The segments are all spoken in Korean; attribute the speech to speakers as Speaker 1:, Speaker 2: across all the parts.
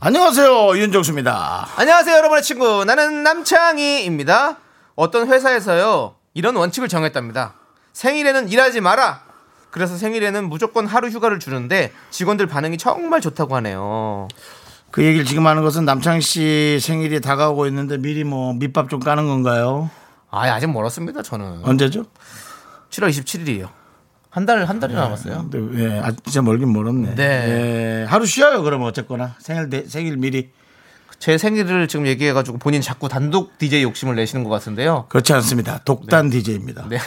Speaker 1: 안녕하세요 윤정수입니다.
Speaker 2: 안녕하세요, 여러분의 친구. 나는 남창희입니다. 어떤 회사에서요, 이런 원칙을 정했답니다. 생일에는 일하지 마라! 그래서 생일에는 무조건 하루 휴가를 주는데 직원들 반응이 정말 좋다고 하네요.
Speaker 1: 그 얘기를 지금 하는 것은 남창희 씨 생일이 다가오고 있는데 미리 뭐 밑밥 좀 까는 건가요?
Speaker 2: 아, 아직 멀었습니다, 저는.
Speaker 1: 언제죠?
Speaker 2: 7월 27일이에요. 네. 한 달, 한 달이 남았어요.
Speaker 1: 근데 예, 아 진짜 멀긴 멀었네.
Speaker 2: 네.
Speaker 1: 예, 하루 쉬어요 그러면 어쨌거나 생일 대- 생일 미리
Speaker 2: 제 생일을 지금 얘기해가지고 본인 자꾸 단독 DJ 욕심을 내시는 것 같은데요.
Speaker 1: 그렇지 않습니다. 독단 DJ입니다.
Speaker 2: 네.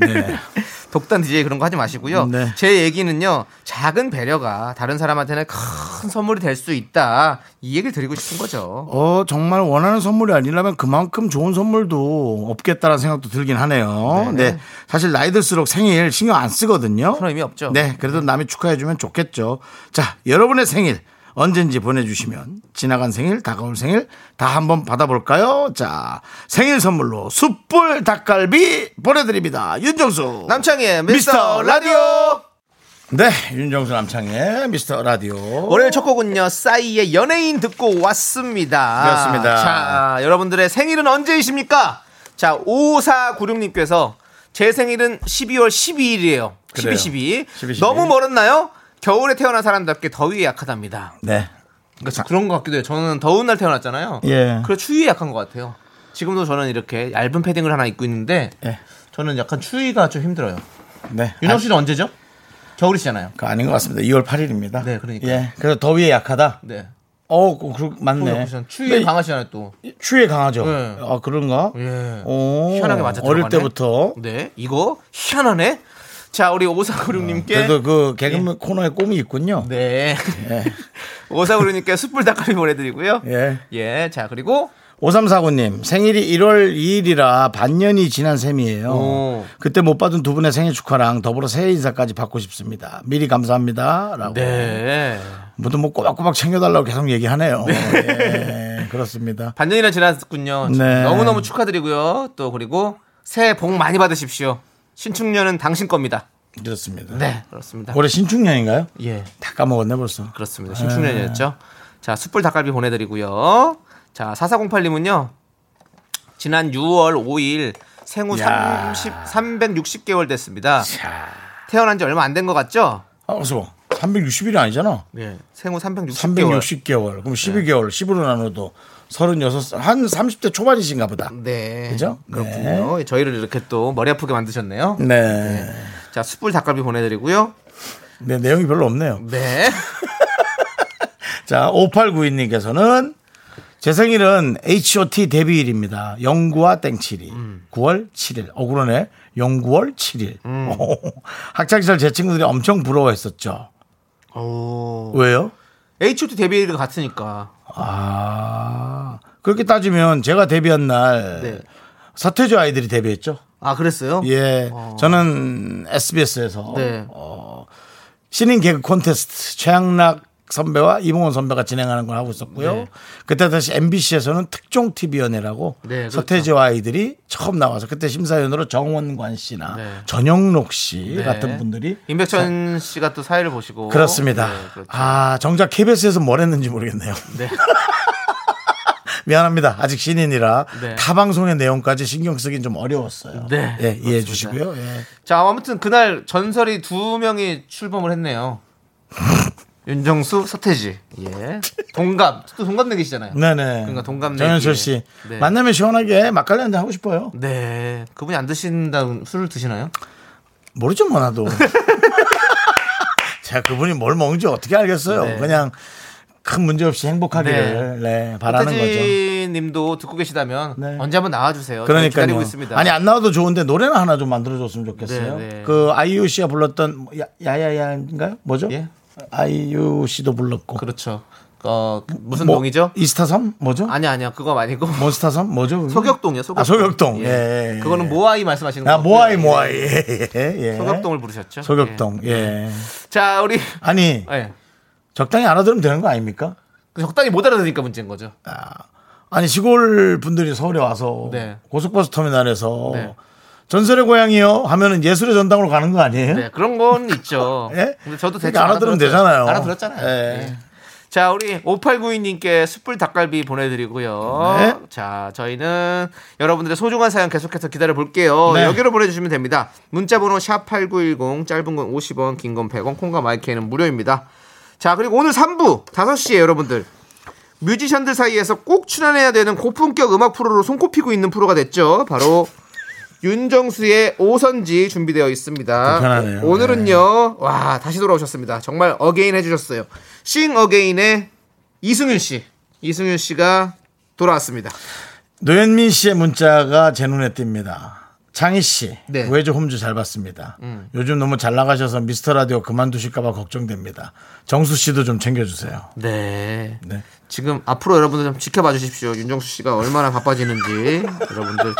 Speaker 1: 네.
Speaker 2: 독단 DJ 그런 거 하지 마시고요.
Speaker 1: 네.
Speaker 2: 제 얘기는요, 작은 배려가 다른 사람한테는 큰 선물이 될 수 있다. 이 얘기를 드리고 싶은 거죠.
Speaker 1: 어 정말 원하는 선물이 아니라면 그만큼 좋은 선물도 없겠다라는 생각도 들긴 하네요. 네. 사실 나이 들수록 생일 신경 안 쓰거든요.
Speaker 2: 큰 의미 없죠.
Speaker 1: 네. 그래도 남이 축하해주면 좋겠죠. 자, 여러분의 생일 언젠지 보내주시면 지나간 생일, 다가올 생일 다 한번 받아볼까요? 자, 생일 선물로 숯불 닭갈비 보내드립니다. 윤정수.
Speaker 2: 남창희의 미스터 라디오
Speaker 1: 네. 윤정수 남창의 미스터 라디오.
Speaker 2: 월요일 첫 곡은요 싸이의 연예인 듣고 왔습니다
Speaker 1: 그렇습니다.
Speaker 2: 자 여러분들의 생일은 언제이십니까 자 5496님께서 제 생일은 12월 12일이에요 12,
Speaker 1: 그래요.
Speaker 2: 12
Speaker 1: 12.
Speaker 2: 너무 멀었나요? 겨울에 태어난 사람답게 더위에 약하답니다
Speaker 1: 네.
Speaker 2: 그러니까 그런 것 같기도 해요 저는 더운 날 태어났잖아요
Speaker 1: 예.
Speaker 2: 그래 추위에 약한 것 같아요 지금도 저는 이렇게 얇은 패딩을 하나 입고 있는데
Speaker 1: 네.
Speaker 2: 저는 약간 추위가 좀 힘들어요
Speaker 1: 네.
Speaker 2: 윤호 씨는 언제죠? 겨울이시잖아요
Speaker 1: 그 아닌 것 같습니다. 2월 8일입니다.
Speaker 2: 네, 그러니까.
Speaker 1: 예, 그래서 더위에 약하다.
Speaker 2: 네.
Speaker 1: 어, 그, 그, 맞네.
Speaker 2: 네. 추위에
Speaker 1: 네,
Speaker 2: 강하시잖아요 또.
Speaker 1: 추위에 강하죠.
Speaker 2: 네.
Speaker 1: 아 그런가?
Speaker 2: 예.
Speaker 1: 오,
Speaker 2: 희한하게 맞아
Speaker 1: 어릴
Speaker 2: 들어가네.
Speaker 1: 때부터.
Speaker 2: 네. 이거 희한하네. 자 우리 오사구룡님께.
Speaker 1: 그래도 그 개그맨 코너에 꼼이 있군요.
Speaker 2: 예. 네. 오사구룡님께 숯불 닭갈비 보내드리고요.
Speaker 1: 예.
Speaker 2: 예. 자 그리고
Speaker 1: 5349님, 생일이 1월 2일이라 반년이 지난 셈이에요.
Speaker 2: 오.
Speaker 1: 그때 못 받은 두 분의 생일 축하랑 더불어 새해 인사까지 받고 싶습니다. 미리 감사합니다. 라고.
Speaker 2: 네.
Speaker 1: 모두 뭐 꼬박꼬박 챙겨달라고 계속 얘기하네요. 예, 그렇습니다.
Speaker 2: 반년이나 지났군요.
Speaker 1: 네.
Speaker 2: 너무 너무 축하드리고요. 또 그리고 새해 복 많이 받으십시오. 신축년은 당신 겁니다.
Speaker 1: 그렇습니다.
Speaker 2: 네. 그렇습니다.
Speaker 1: 올해 신축년인가요?
Speaker 2: 예.
Speaker 1: 다 까먹었네 벌써.
Speaker 2: 그렇습니다. 신축년이었죠. 자, 숯불 닭갈비 보내드리고요. 자, 4408님은요. 지난 6월 5일 생후
Speaker 1: 야.
Speaker 2: 30, 360개월 됐습니다.
Speaker 1: 자,
Speaker 2: 태어난 지 얼마 안 된 것 같죠?
Speaker 1: 아, 어서 360일이 아니잖아.
Speaker 2: 예. 생후 360개월.
Speaker 1: 360개월. 그럼 12개월, 10으로 나눠도 36살, 한 30대 초반이신가 보다.
Speaker 2: 네.
Speaker 1: 그죠?
Speaker 2: 그렇군요. 저희를 이렇게 또 머리 아프게 만드셨네요.
Speaker 1: 네.
Speaker 2: 자, 숯불 닭갈비 보내드리고요.
Speaker 1: 네, 내용이 별로 없네요.
Speaker 2: 네.
Speaker 1: 자, 5892님께서는 제 생일은 HOT 데뷔일입니다. 영구와 땡칠이. 9월 7일. 어, 그러네. 영구월 7일. 학창시절 제 친구들이 엄청 부러워했었죠.
Speaker 2: 오.
Speaker 1: 왜요?
Speaker 2: H.O.T 데뷔일 같으니까.
Speaker 1: 아, 그렇게 따지면 제가 데뷔한 날
Speaker 2: 네.
Speaker 1: 서태조 아이들이 데뷔했죠.
Speaker 2: 아, 그랬어요?
Speaker 1: 예, 저는 SBS에서 어,
Speaker 2: 네.
Speaker 1: 신인 개그 콘테스트 최양락 선배와 이봉원 선배가 진행하는 걸 하고 있었고요.
Speaker 2: 네.
Speaker 1: 그때 다시 MBC에서는 특종 TV연예라고
Speaker 2: 네, 그렇죠.
Speaker 1: 서태지와 아이들이 처음 나와서 그때 심사위원으로 정원관 씨나
Speaker 2: 네.
Speaker 1: 전영록 씨
Speaker 2: 네.
Speaker 1: 같은 분들이
Speaker 2: 임백천 씨가 또 사회를 보시고.
Speaker 1: 그렇습니다.
Speaker 2: 네, 그렇죠.
Speaker 1: 아, 정작 KBS에서 뭘 했는지 모르겠네요.
Speaker 2: 네.
Speaker 1: 미안합니다. 아직 신인이라
Speaker 2: 네.
Speaker 1: 타 방송의 내용까지 신경 쓰긴 좀 어려웠어요.
Speaker 2: 네,
Speaker 1: 예, 이해해
Speaker 2: 그렇습니다.
Speaker 1: 주시고요. 예.
Speaker 2: 자 아무튼 그날 전설이 두 명이 출범을 했네요. 윤정수, 서태지, 예, 동갑, 또 동갑내기시잖아요.
Speaker 1: 네네.
Speaker 2: 그러니까 동갑내기.
Speaker 1: 정현철 씨
Speaker 2: 네.
Speaker 1: 만나면 시원하게 막걸리 한잔 하고 싶어요.
Speaker 2: 네, 그분이 안 드신다 술을 드시나요?
Speaker 1: 모르죠 뭐 나도. 제가 그분이 뭘 먹는지 어떻게 알겠어요.
Speaker 2: 네.
Speaker 1: 그냥 큰 문제 없이 행복하기를 네, 바라는 거죠.
Speaker 2: 서태지님도 듣고 계시다면
Speaker 1: 네.
Speaker 2: 언제 한번 나와주세요. 저희
Speaker 1: 그러니까요.
Speaker 2: 어, 기다리고 있습니다.
Speaker 1: 아니 안 나와도 좋은데 노래는 하나 좀 만들어줬으면 좋겠어요.
Speaker 2: 네, 네.
Speaker 1: 그 아이유 씨가 불렀던 야- 야야야인가요? 뭐죠?
Speaker 2: 예.
Speaker 1: 아이유 씨도 불렀고
Speaker 2: 그렇죠. 어 무슨
Speaker 1: 뭐,
Speaker 2: 동이죠?
Speaker 1: 이스타섬? 뭐죠?
Speaker 2: 아니 아니요 그거 아니고
Speaker 1: 몬스타섬? 뭐죠? 그게?
Speaker 2: 소격동이요. 소격동.
Speaker 1: 아, 소격동. 예. 예, 예.
Speaker 2: 그거는 모아이 말씀하시는
Speaker 1: 아,
Speaker 2: 거예요.
Speaker 1: 모아이, 모아이. 예, 예, 예.
Speaker 2: 소격동을 부르셨죠?
Speaker 1: 소격동. 예.
Speaker 2: 예. 자 우리
Speaker 1: 아니,
Speaker 2: 예. 그
Speaker 1: 적당히 알아들으면 되는 거 아닙니까?
Speaker 2: 적당히 못 알아들으니까 문제인 거죠.
Speaker 1: 아니, 시골 분들이 서울에 와서
Speaker 2: 네.
Speaker 1: 고속버스 터미널에서
Speaker 2: 네.
Speaker 1: 전설의 고향이요 하면은 예술의 전당으로 가는 거 아니에요?
Speaker 2: 네 그런 건 있죠.
Speaker 1: 예?
Speaker 2: 근데 저도 대충
Speaker 1: 그러니까 알아들으면 되잖아요.
Speaker 2: 알아들었잖아요.
Speaker 1: 예.
Speaker 2: 예. 자 우리 5892님께 숯불 닭갈비 보내드리고요.
Speaker 1: 네.
Speaker 2: 자 저희는 여러분들의 소중한 사연 계속해서 기다려 볼게요.
Speaker 1: 네.
Speaker 2: 여기로 보내주시면 됩니다. 문자번호 샵 #8910 짧은 건 50원, 긴 건 100원, 콩과 마이크는 무료입니다. 자 그리고 오늘 3부 5시에 여러분들 뮤지션들 사이에서 꼭 출연해야 되는 고품격 음악 프로로 손꼽히고 있는 프로가 됐죠. 바로 윤정수의 오선지 준비되어 있습니다.
Speaker 1: 불편하네요.
Speaker 2: 오늘은요, 와, 다시 돌아오셨습니다. 정말 어게인 해주셨어요. 싱 어게인의 이승윤 씨. 이승윤 씨가 돌아왔습니다.
Speaker 1: 노현민 씨의 문자가 제 눈에 띕니다. 창희 씨,
Speaker 2: 네. 음.
Speaker 1: 외주 홈주 잘 봤습니다. 요즘 너무 잘 나가셔서 미스터 라디오 그만두실까봐 걱정됩니다. 정수 씨도 좀 챙겨주세요.
Speaker 2: 네.
Speaker 1: 네.
Speaker 2: 지금 앞으로 여러분들 좀 지켜봐 주십시오. 윤정수 씨가 얼마나 바빠지는지. 여러분들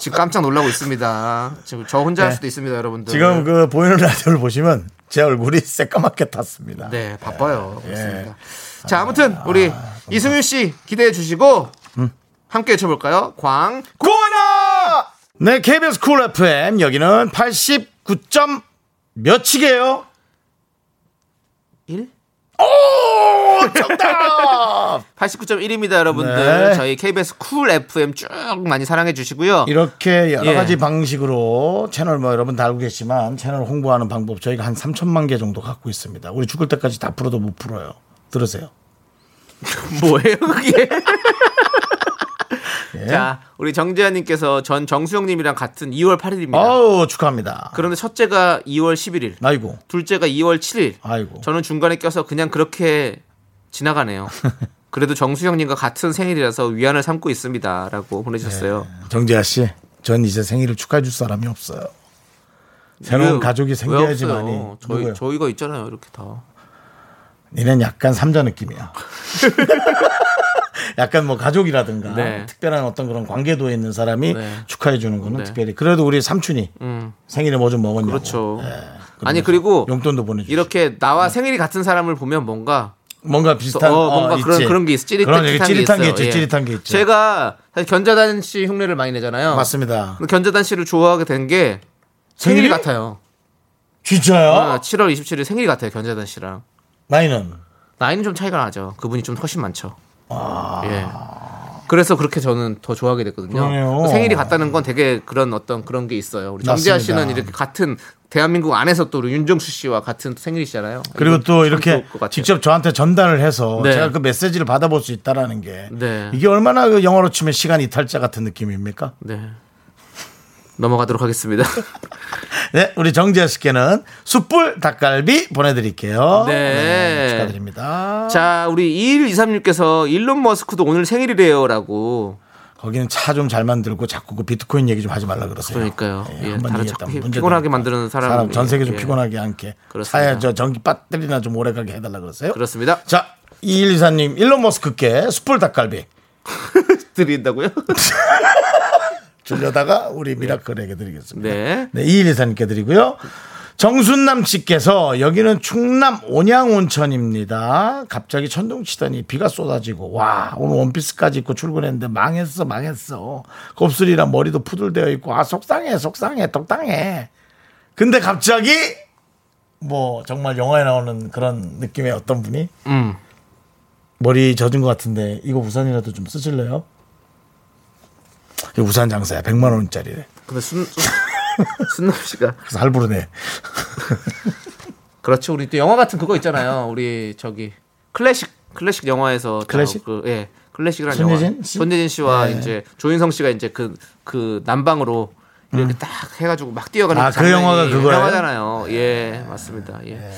Speaker 2: 지금 깜짝 놀라고 있습니다. 지금 저 혼자 할 수도 있습니다, 여러분들.
Speaker 1: 지금 그 보이는 라디오를 보시면 제 얼굴이 새까맣게 탔습니다.
Speaker 2: 네, 바빠요.
Speaker 1: 예.
Speaker 2: 그렇습니다. 자, 아무튼 우리 이승윤 씨 기대해 주시고
Speaker 1: 음.
Speaker 2: 함께 외쳐볼까요? 광.
Speaker 1: 고원아! 네, KBS 쿨 FM 여기는 89. 점 몇이게요?
Speaker 2: 1?
Speaker 1: 오! 정답!
Speaker 2: 89.1입니다, 여러분들.
Speaker 1: 네.
Speaker 2: 저희 KBS 쿨 FM 쭉 많이 사랑해 주시고요.
Speaker 1: 이렇게 여러
Speaker 2: 예.
Speaker 1: 가지 방식으로 채널 뭐 여러분 다 알고 계시지만 채널 홍보하는 방법 저희가 한 3천만 개 정도 갖고 있습니다. 우리 죽을 때까지 다 풀어도 못 풀어요. 들으세요.
Speaker 2: 뭐예요, 그게?
Speaker 1: 예.
Speaker 2: 자, 우리 정재환님께서 전 정수영님이랑 같은 2월 8일입니다.
Speaker 1: 아우 축하합니다.
Speaker 2: 그런데 첫째가 2월 11일,
Speaker 1: 아이고
Speaker 2: 둘째가 2월 7일.
Speaker 1: 아이고
Speaker 2: 저는 중간에 껴서 그냥 그렇게 지나가네요. 그래도 정수영님과 같은 생일이라서 위안을 삼고 있습니다.라고 보내주셨어요.
Speaker 1: 정재하 씨, 전 이제 생일을 축하해 줄 사람이 없어요. 새로운
Speaker 2: 왜-
Speaker 1: 가족이
Speaker 2: 왜
Speaker 1: 생겨야지만이
Speaker 2: 없어요?
Speaker 1: 누구요?
Speaker 2: 저희 저희가 있잖아요 이렇게 다.
Speaker 1: 니는 약간 삼자 느낌이야. 약간 뭐 가족이라든가
Speaker 2: 네.
Speaker 1: 특별한 어떤 그런 관계도에 있는 사람이
Speaker 2: 네.
Speaker 1: 축하해 주는 거는
Speaker 2: 네.
Speaker 1: 특별히 그래도 우리 삼촌이
Speaker 2: 음.
Speaker 1: 생일에 뭐 좀 먹었냐고.
Speaker 2: 그렇죠.
Speaker 1: 그러면서
Speaker 2: 아니, 그리고
Speaker 1: 용돈도 보내주고
Speaker 2: 이렇게 나와 생일이 같은 사람을 보면 뭔가
Speaker 1: 뭔가 네. 비슷한
Speaker 2: 어, 뭔가 그런 그런 게 있어 찌릿한,
Speaker 1: 그런 얘기, 찌릿한 게 있죠. 찌릿한 게 있죠.
Speaker 2: 제가 사실 견자단 씨 흉내를 많이 내잖아요.
Speaker 1: 맞습니다.
Speaker 2: 근데 견자단 씨를 좋아하게 된 게 생일이
Speaker 1: 생일이? 어?
Speaker 2: 같아요.
Speaker 1: 진짜요?
Speaker 2: 아, 7월 27일 생일이 같아요 견자단 씨랑.
Speaker 1: 나이는
Speaker 2: 나이는 좀 차이가 나죠. 그분이 좀 훨씬 많죠. 예. 그래서 그렇게 저는 더 좋아하게 됐거든요.
Speaker 1: 아. 그러네요.
Speaker 2: 생일이 같다는 건 되게 그런 어떤 그런 게 있어요. 우리 정지아
Speaker 1: 맞습니다.
Speaker 2: 씨는 이렇게 같은 대한민국 안에서 또 우리 윤정수 씨와 같은 생일이잖아요.
Speaker 1: 그리고
Speaker 2: 이거
Speaker 1: 또
Speaker 2: 참
Speaker 1: 이렇게
Speaker 2: 좋을 것 같아요.
Speaker 1: 직접 저한테 전달을 해서
Speaker 2: 네.
Speaker 1: 제가 그 메시지를 받아볼 수 있다라는 게
Speaker 2: 네.
Speaker 1: 이게 얼마나 그 영어로 치면 시간 이탈자 같은 느낌입니까?
Speaker 2: 네. 넘어가도록 하겠습니다.
Speaker 1: 네, 우리 정재하 씨께는 숯불 닭갈비 보내드릴게요.
Speaker 2: 네.
Speaker 1: 축하드립니다.
Speaker 2: 자, 우리 2123님께서 일론 머스크도 오늘 생일이래요라고.
Speaker 1: 거기는 차 좀 잘 만들고 자꾸 그 비트코인 얘기 좀 하지 말라 그러세요.
Speaker 2: 그러니까요. 예,
Speaker 1: 한번
Speaker 2: 다들
Speaker 1: 얘기했다.
Speaker 2: 자꾸 피-
Speaker 1: 문제
Speaker 2: 피곤하게
Speaker 1: 되니까.
Speaker 2: 만드는 사람.
Speaker 1: 사람 전 세계 좀
Speaker 2: 예.
Speaker 1: 피곤하게 않게.
Speaker 2: 그렇습니다.
Speaker 1: 차에 저 전기 배터리나 좀 오래 가게 해달라 그러세요.
Speaker 2: 그렇습니다.
Speaker 1: 자, 2124님, 일론 머스크께 숯불 닭갈비
Speaker 2: 드린다고요?
Speaker 1: 주려다가 우리 미라클에게 드리겠습니다.
Speaker 2: 네.
Speaker 1: 네, 2124님께 드리고요. 정순남 씨께서 여기는 충남 온양온천입니다. 갑자기 천둥 치더니 비가 쏟아지고 와 오늘 원피스까지 입고 출근했는데 망했어 망했어. 곱슬이랑 머리도 푸들되어 있고 아 속상해 속상해 똑당해. 근데 갑자기 뭐 정말 영화에 나오는 그런 느낌의 어떤 분이
Speaker 2: 음.
Speaker 1: 머리 젖은 것 같은데 이거 우산이라도 좀 쓰실래요? 이 우산 장사야 100만 원짜리래.
Speaker 2: 근데 순 순남 씨가
Speaker 1: 그래서 할부로 내.
Speaker 2: 그렇죠. 우리 또 영화 같은 그거 있잖아요. 우리 저기 클래식 클래식 영화에서 저
Speaker 1: 클래식?
Speaker 2: 그, 예 클래식이라는
Speaker 1: 손예진
Speaker 2: 영화
Speaker 1: 씨?
Speaker 2: 손예진 씨와
Speaker 1: 네.
Speaker 2: 이제 조인성 씨가 이제 그 그 난방으로 이렇게 딱 해가지고 막 뛰어가는
Speaker 1: 음. 아, 그
Speaker 2: 장면이
Speaker 1: 영화가 그거예요? 네.
Speaker 2: 영화잖아요. 예 맞습니다. 예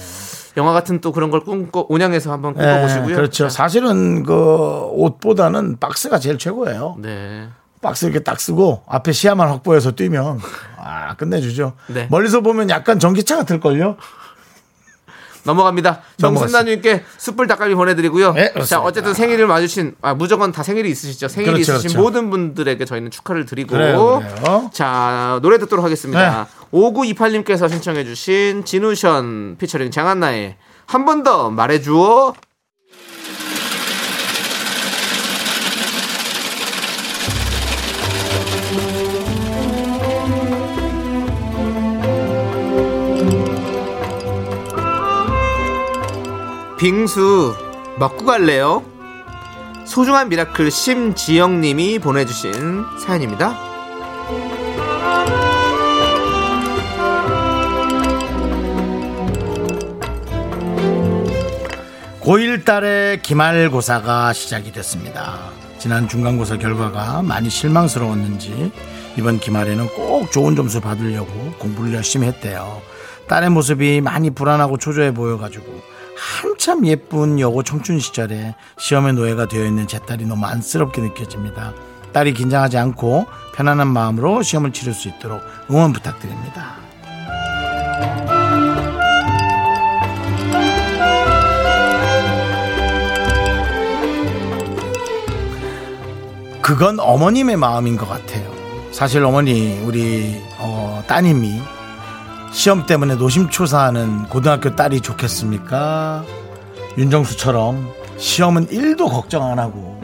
Speaker 2: 영화 같은 또 그런 걸 꿈꿔 온양에서 한번
Speaker 1: 예,
Speaker 2: 꿈꿔보시고요.
Speaker 1: 그렇죠.
Speaker 2: 자,
Speaker 1: 사실은 그 옷보다는 박스가 제일 최고예요.
Speaker 2: 네
Speaker 1: 박스 이렇게 딱 쓰고 앞에 시야만 확보해서 뛰면 아 끝내주죠.
Speaker 2: 네.
Speaker 1: 멀리서 보면 약간 전기차 같을걸요.
Speaker 2: 넘어갑니다. 정순나님께 숯불 닭갈비 보내드리고요.
Speaker 1: 네, 그렇습니다.
Speaker 2: 자, 어쨌든 생일을 맞으신 아, 무조건 다 생일이 있으시죠. 생일이
Speaker 1: 그렇죠,
Speaker 2: 있으신
Speaker 1: 그렇죠.
Speaker 2: 모든 분들에게 저희는 축하를 드리고
Speaker 1: 그래요, 그래요.
Speaker 2: 자 노래 듣도록 하겠습니다. 5928님께서 신청해주신 진우션 피처링 장한나의 한 번 더 말해주어 빙수 먹고 갈래요? 소중한 미라클 심지영님이 보내주신 사연입니다.
Speaker 1: 고1 달에 기말고사가 시작이 됐습니다. 지난 중간고사 결과가 많이 실망스러웠는지 이번 기말에는 꼭 좋은 점수 받으려고 공부를 열심히 했대요. 딸의 모습이 많이 불안하고 초조해 보여가지고 한참 예쁜 여고 청춘 시절에 시험의 노예가 되어 있는 제 딸이 너무 안쓰럽게 느껴집니다. 딸이 긴장하지 않고 편안한 마음으로 시험을 치를 수 있도록 응원 부탁드립니다. 그건 어머님의 마음인 것 같아요. 사실 어머니 우리 어, 따님이 시험 때문에 노심초사하는 고등학교 딸이 좋겠습니까? 윤정수처럼 시험은 1도 걱정 안 하고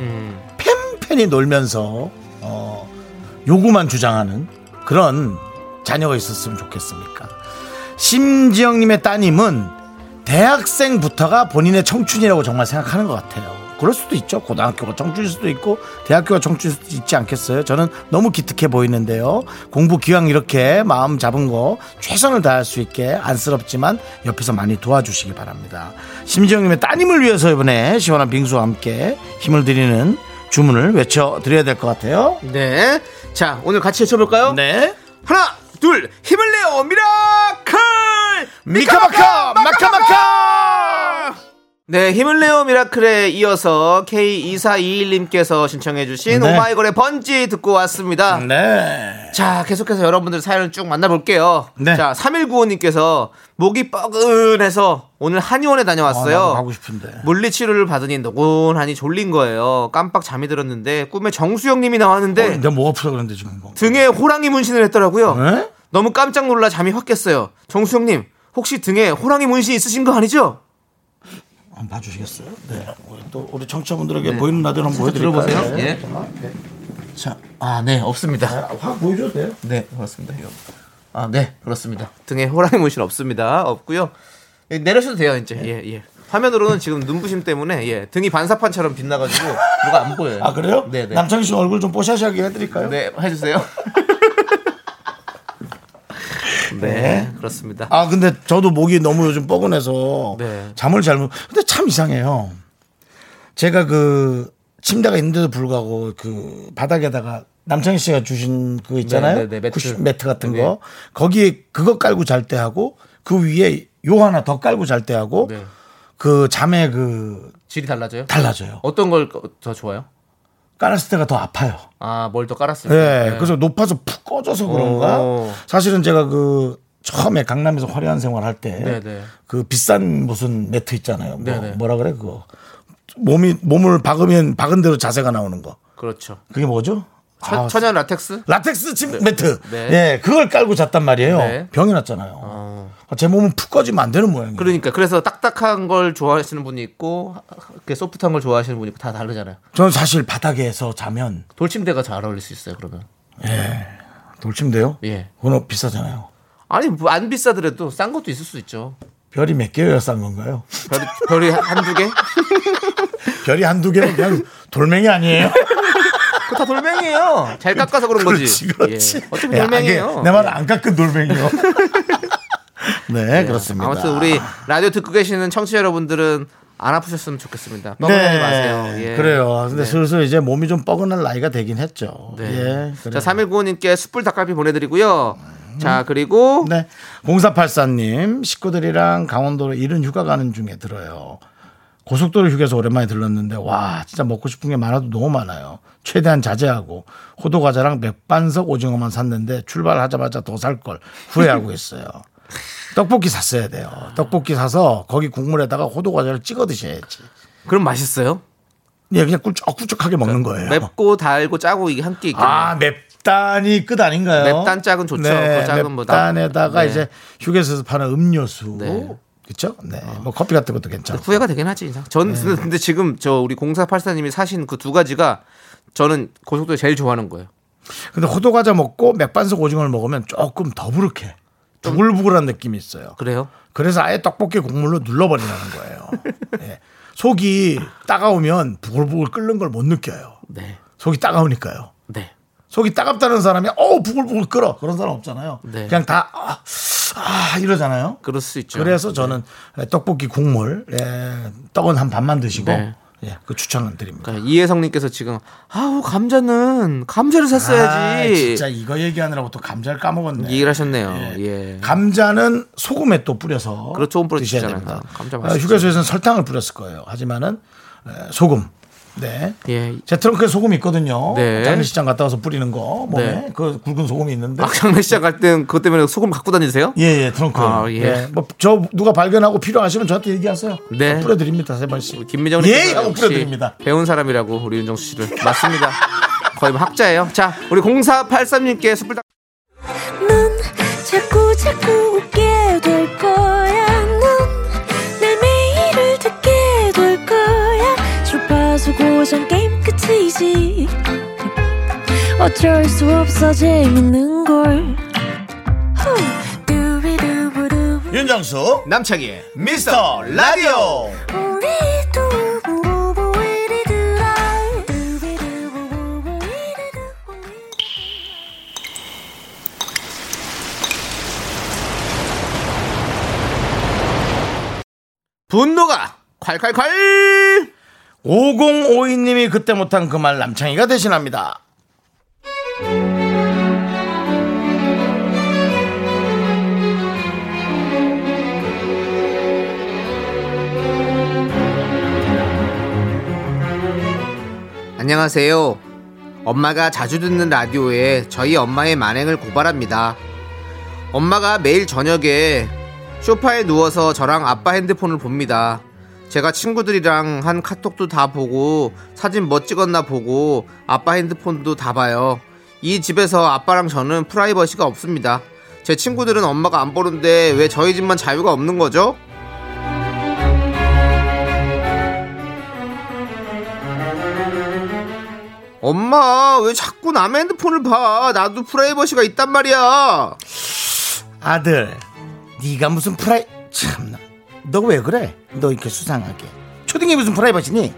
Speaker 1: 팬팬이 놀면서 어, 요구만 주장하는 그런 자녀가 있었으면 좋겠습니까? 심지영님의 따님은 대학생부터가 본인의 청춘이라고 정말 생각하는 것 같아요. 그럴 수도 있죠. 고등학교가 청춘일 수도 있고 대학교가 청춘일 수도 있지 않겠어요. 저는 너무 기특해 보이는데요. 공부 기왕 이렇게 마음 잡은 거 최선을 다할 수 있게 안쓰럽지만 옆에서 많이 도와주시기 바랍니다. 심지영님의 따님을 위해서 이번에 시원한 빙수와 함께 힘을 드리는 주문을 외쳐드려야 될 것 같아요.
Speaker 2: 네. 자, 오늘 같이 외쳐볼까요?
Speaker 1: 네.
Speaker 2: 하나, 둘, 힘을 내요! 미라클!
Speaker 1: 미카마카! 마카마카!
Speaker 2: 네, 힘을 내요 미라클에 이어서 K2421님께서 신청해주신
Speaker 1: 네.
Speaker 2: 오마이걸의 번지 듣고 왔습니다.
Speaker 1: 네.
Speaker 2: 자, 계속해서 여러분들 사연을 쭉 만나볼게요.
Speaker 1: 네.
Speaker 2: 자, 3195님께서 목이 뻐근해서 오늘 한의원에 다녀왔어요.
Speaker 1: 아, 나도 가고 싶은데.
Speaker 2: 물리치료를 받으니 노곤하니 졸린 거예요. 깜빡 잠이 들었는데 꿈에 정수영님이 나왔는데
Speaker 1: 내가 목 아프다 그러는데 지금 뭐.
Speaker 2: 등에 호랑이 문신을 했더라고요.
Speaker 1: 어, 네?
Speaker 2: 너무 깜짝 놀라 잠이 확 깼어요. 정수영님 혹시 등에 호랑이 문신 있으신 거 아니죠?
Speaker 1: 한번 봐주시겠어요? 네. 우리 또 우리 청취자분들에게 보이는 라디오 한번 보여드릴까요?
Speaker 2: 네. 들어보세요.
Speaker 1: 네.
Speaker 2: 예.
Speaker 1: 자,
Speaker 2: 아 네 없습니다.
Speaker 1: 아, 확 보여줘도 돼요?
Speaker 2: 네 그렇습니다. 이거. 아 네 그렇습니다. 등에 호랑이 문신 없습니다. 없고요. 예, 내려셔도 돼요 이제. 예 예. 화면으로는 지금 눈부심 때문에 예 등이 반사판처럼 빛나가지고 뭐가 안 보여요.
Speaker 1: 아 그래요?
Speaker 2: 네네.
Speaker 1: 남창희 씨 얼굴 좀 뽀샤시하게 해드릴까요?
Speaker 2: 네 해주세요. 네, 그렇습니다.
Speaker 1: 아 근데 저도 목이 너무 요즘 뻐근해서
Speaker 2: 네.
Speaker 1: 잠을 잘 못. 근데 참 이상해요. 제가 그 침대가 있는데도 불구하고 그 바닥에다가 남창희 씨가 주신 그거 있잖아요.
Speaker 2: 네, 네, 네, 매트.
Speaker 1: 쿠션 매트 같은
Speaker 2: 네.
Speaker 1: 거 거기에 그거 깔고 잘 때 하고 그 위에 요 하나 더 깔고 잘 때 하고
Speaker 2: 네.
Speaker 1: 그 잠에 그
Speaker 2: 질이 달라져요?
Speaker 1: 달라져요.
Speaker 2: 어떤 걸 더 좋아요?
Speaker 1: 깔았을 때가 더 아파요.
Speaker 2: 아 뭘 더 깔았을 때.
Speaker 1: 예, 그래서 높아서 푹 꺼져서 그런가?
Speaker 2: 오.
Speaker 1: 사실은 제가 그 처음에 강남에서 화려한 생활할
Speaker 2: 네, 네.
Speaker 1: 때 그 비싼 무슨 매트 있잖아요. 뭐,
Speaker 2: 네, 네.
Speaker 1: 뭐라 그래 그거 몸이 몸을 박으면 박은 대로 자세가 나오는 거.
Speaker 2: 그렇죠.
Speaker 1: 그게 뭐죠?
Speaker 2: 천-
Speaker 1: 아,
Speaker 2: 천연 라텍스?
Speaker 1: 라텍스 침 매트.
Speaker 2: 네.
Speaker 1: 예, 그걸 깔고 잤단 말이에요.
Speaker 2: 네. 어.
Speaker 1: 병이 났잖아요. 제 몸은 푹 꺼지면 안 되는 모양이에요.
Speaker 2: 그러니까 그래서 딱딱한 걸 좋아하시는 분이 있고 이렇게 소프트한 걸 좋아하시는 분이 있고 다 다르잖아요.
Speaker 1: 저는 사실 바닥에서 자면
Speaker 2: 돌침대가 잘 어울릴 수 있어요. 그러면
Speaker 1: 돌침대요.
Speaker 2: 예.
Speaker 1: 그건 비싸잖아요.
Speaker 2: 아니 뭐안 비싸더라도 싼 것도 있을 수 있죠.
Speaker 1: 별이 몇 개여야 싼 건가요?
Speaker 2: 별이, 별이 한두 개?
Speaker 1: 별이 한두 개는 그냥 돌멩이 아니에요?
Speaker 2: 그거 다 돌멩이에요. 잘 깎아서 그런
Speaker 1: 그렇지,
Speaker 2: 거지.
Speaker 1: 그렇지.
Speaker 2: 예. 어차피
Speaker 1: 야,
Speaker 2: 돌멩이에요.
Speaker 1: 이게 내 말은 안 깎은 돌멩이요. 네, 그렇습니다.
Speaker 2: 예. 아무튼 우리 라디오 듣고 계시는 청취자 여러분들은 안 아프셨으면 좋겠습니다. 뻐근하지 마세요. 예.
Speaker 1: 네, 그래요. 근데 슬슬 이제 몸이 좀 뻐근한 나이가 되긴 했죠.
Speaker 2: 네.
Speaker 1: 예. 그래요.
Speaker 2: 자, 3195님께 숯불 닭갈비 보내드리고요. 자, 그리고
Speaker 1: 네. 0484님, 식구들이랑 강원도로 이른 휴가 가는 중에 들어요. 고속도로 휴게소 오랜만에 들렀는데, 와, 진짜 먹고 싶은 게 많아도 너무 많아요. 최대한 자제하고, 호두과자랑 맥반석 오징어만 샀는데, 출발하자마자 더 살 걸 후회하고 있어요. 떡볶이 샀어야 돼요. 떡볶이 사서 거기 국물에다가 호두 과자를 찍어 드셔야지.
Speaker 2: 그럼 맛있어요?
Speaker 1: 예, 그냥 꿀쩍꿀쩍하게 먹는 거예요.
Speaker 2: 그러니까 맵고 달고 짜고 이게 함께 있겠네.
Speaker 1: 아, 맵단이 끝 아닌가요?
Speaker 2: 맵단 짝은 좋죠.
Speaker 1: 네,
Speaker 2: 그 짝은 뭐 나-
Speaker 1: 맵단에다가
Speaker 2: 네.
Speaker 1: 이제 휴게소에서 파는 음료수.
Speaker 2: 네.
Speaker 1: 그렇죠? 네. 뭐 커피 같은 것도 괜찮고.
Speaker 2: 후회가 되긴 하지. 이상. 전
Speaker 1: 네.
Speaker 2: 근데 지금 저 우리 0484님이 사신 그 두 가지가 저는 고속도로 제일 좋아하는 거예요.
Speaker 1: 근데 호두 과자 먹고 맥반석 오징어를 먹으면 조금 더부룩해. 부글부글한 느낌이 있어요.
Speaker 2: 그래요?
Speaker 1: 그래서 아예 떡볶이 국물로 눌러버리라는 거예요. 예. 속이 따가우면 부글부글 끓는 걸 못 느껴요.
Speaker 2: 네.
Speaker 1: 속이 따가우니까요.
Speaker 2: 네.
Speaker 1: 속이 따갑다는 사람이 어 부글부글 끓어 그런 사람 없잖아요.
Speaker 2: 네.
Speaker 1: 그냥 다 아, 아, 이러잖아요.
Speaker 2: 그럴 수 있죠. 네.
Speaker 1: 그래서 저는 떡볶이 국물 예, 떡은 한 반만 드시고
Speaker 2: 네.
Speaker 1: 예, 그 추천을 드립니다.
Speaker 2: 그러니까 이혜성님께서 지금 아우 감자는 감자를 샀어야지
Speaker 1: 아, 진짜 이거 얘기하느라고 또 감자를 까먹었네.
Speaker 2: 얘기를 하셨네요.
Speaker 1: 예.
Speaker 2: 예.
Speaker 1: 감자는 소금에 또 뿌려서
Speaker 2: 그렇죠, 소금 뿌려
Speaker 1: 드셔야
Speaker 2: 드시잖아요.
Speaker 1: 됩니다.
Speaker 2: 감자
Speaker 1: 어,
Speaker 2: 맛있죠.
Speaker 1: 휴게소에서는 설탕을 뿌렸을 거예요. 하지만은 에, 소금. 네.
Speaker 2: 예.
Speaker 1: 제 트렁크에 소금 이 있거든요.
Speaker 2: 네.
Speaker 1: 장례식장 갔다 와서 뿌리는 거 몸에
Speaker 2: 네.
Speaker 1: 그 굵은 소금이 있는데.
Speaker 2: 아, 장례식장 갈 때는 그것 때문에 소금 갖고 다니세요?
Speaker 1: 예, 예, 트렁크.
Speaker 2: 아, 예.
Speaker 1: 뭐저 누가 발견하고 필요하시면 저한테 얘기하세요.
Speaker 2: 네.
Speaker 1: 뿌려드립니다, 세 번씩.
Speaker 2: 김미정
Speaker 1: 예,
Speaker 2: 님께서
Speaker 1: 하고
Speaker 2: 역시
Speaker 1: 뿌려드립니다.
Speaker 2: 배운 사람이라고 우리 윤정수 씨를 맞습니다. 거의 뭐 학자예요. 자, 우리 0483님께 숯불닭
Speaker 3: 넌 자꾸 자꾸 웃게 될 거야. 넌내 매일을 듣게 될 거야. 주파수 고정 게임 끝이지. 어쩔 수 없어 재밌는 걸. 후. 두비두부두.
Speaker 1: 윤정수.
Speaker 2: 남창희의 미스터 라디오.
Speaker 3: 우리 두부부부 우리 두라. 두비두부부부 우리 두부부.
Speaker 2: 분노가 콸콸콸!
Speaker 1: 5052님이 그때 못한 그 말 남창희가 대신합니다.
Speaker 2: 안녕하세요. 엄마가 자주 듣는 라디오에 저희 엄마의 만행을 고발합니다. 엄마가 매일 저녁에 쇼파에 누워서 저랑 아빠 핸드폰을 봅니다. 제가 친구들이랑 한 카톡도 다 보고 사진 뭐 찍었나 보고 아빠 핸드폰도 다 봐요. 이 집에서 아빠랑 저는 프라이버시가 없습니다. 제 친구들은 엄마가 안 보는데 왜 저희 집만 자유가 없는 거죠? 엄마 왜 자꾸 남의 핸드폰을 봐? 나도 프라이버시가 있단 말이야.
Speaker 1: 아들, 네가 무슨 프라이 참나. 너 왜 그래? 너 이렇게 수상하게. 초등이 무슨 프라이버시니?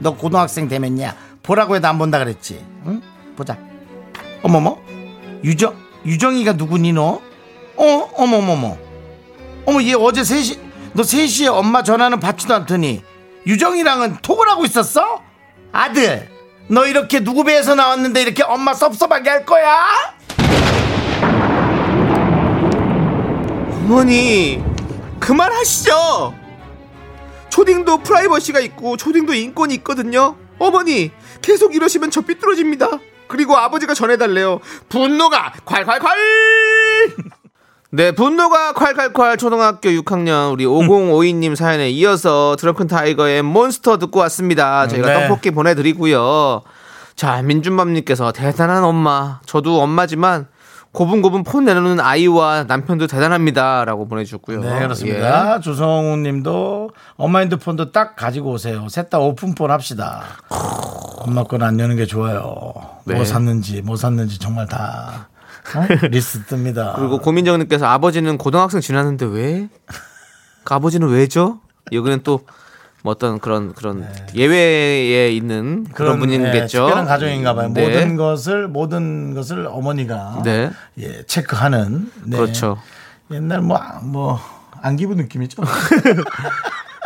Speaker 1: 너 고등학생 되면야 보라고 해도 안 본다 그랬지. 응? 보자. 어머머. 유정 유정이가 누구니 너? 어? 어머머머. 어머 얘 어제 3시 너 3시에 엄마 전화는 받지도 않더니 유정이랑은 톡을 하고 있었어? 아들, 너 이렇게 누구 배에서 나왔는데 이렇게 엄마 섭섭하게 할 거야?
Speaker 2: 어머니 그만하시죠. 초딩도 프라이버시가 있고 초딩도 인권이 있거든요. 어머니 계속 이러시면 저 삐뚤어집니다. 그리고 아버지가 전해달래요. 분노가 콸콸콸. 네, 분노가 콸콸콸 초등학교 6학년 우리 5052님 사연에 이어서 드렁큰 타이거의 몬스터 듣고 왔습니다. 저희가
Speaker 1: 네.
Speaker 2: 떡볶이 보내드리고요. 자, 민준맘님께서 대단한 엄마. 저도 엄마지만 고분고분 폰 내놓는 아이와 남편도 대단합니다라고 보내주셨고요. 예.
Speaker 1: 네, 그렇습니다. 조성우 님도 엄마 핸드폰도 딱 가지고 오세요. 셋 다 오픈폰 합시다. 엄마 건 안 여는 게 좋아요.
Speaker 2: 네.
Speaker 1: 뭐 샀는지, 뭐 샀는지 정말 다 어? 리스트 뜹니다.
Speaker 2: 그리고 고민정님께서 아버지는 고등학생 지났는데 왜? 그 아버지는 왜죠? 여기는 또뭐 어떤 그런 그런 예외에 있는 그런,
Speaker 1: 네,
Speaker 2: 분이겠죠.
Speaker 1: 특별한 가정인가 봐요.
Speaker 2: 네.
Speaker 1: 모든 것을 모든 것을 어머니가
Speaker 2: 네.
Speaker 1: 예, 체크하는 네.
Speaker 2: 그렇죠.
Speaker 1: 옛날 뭐뭐 안기부 느낌이죠.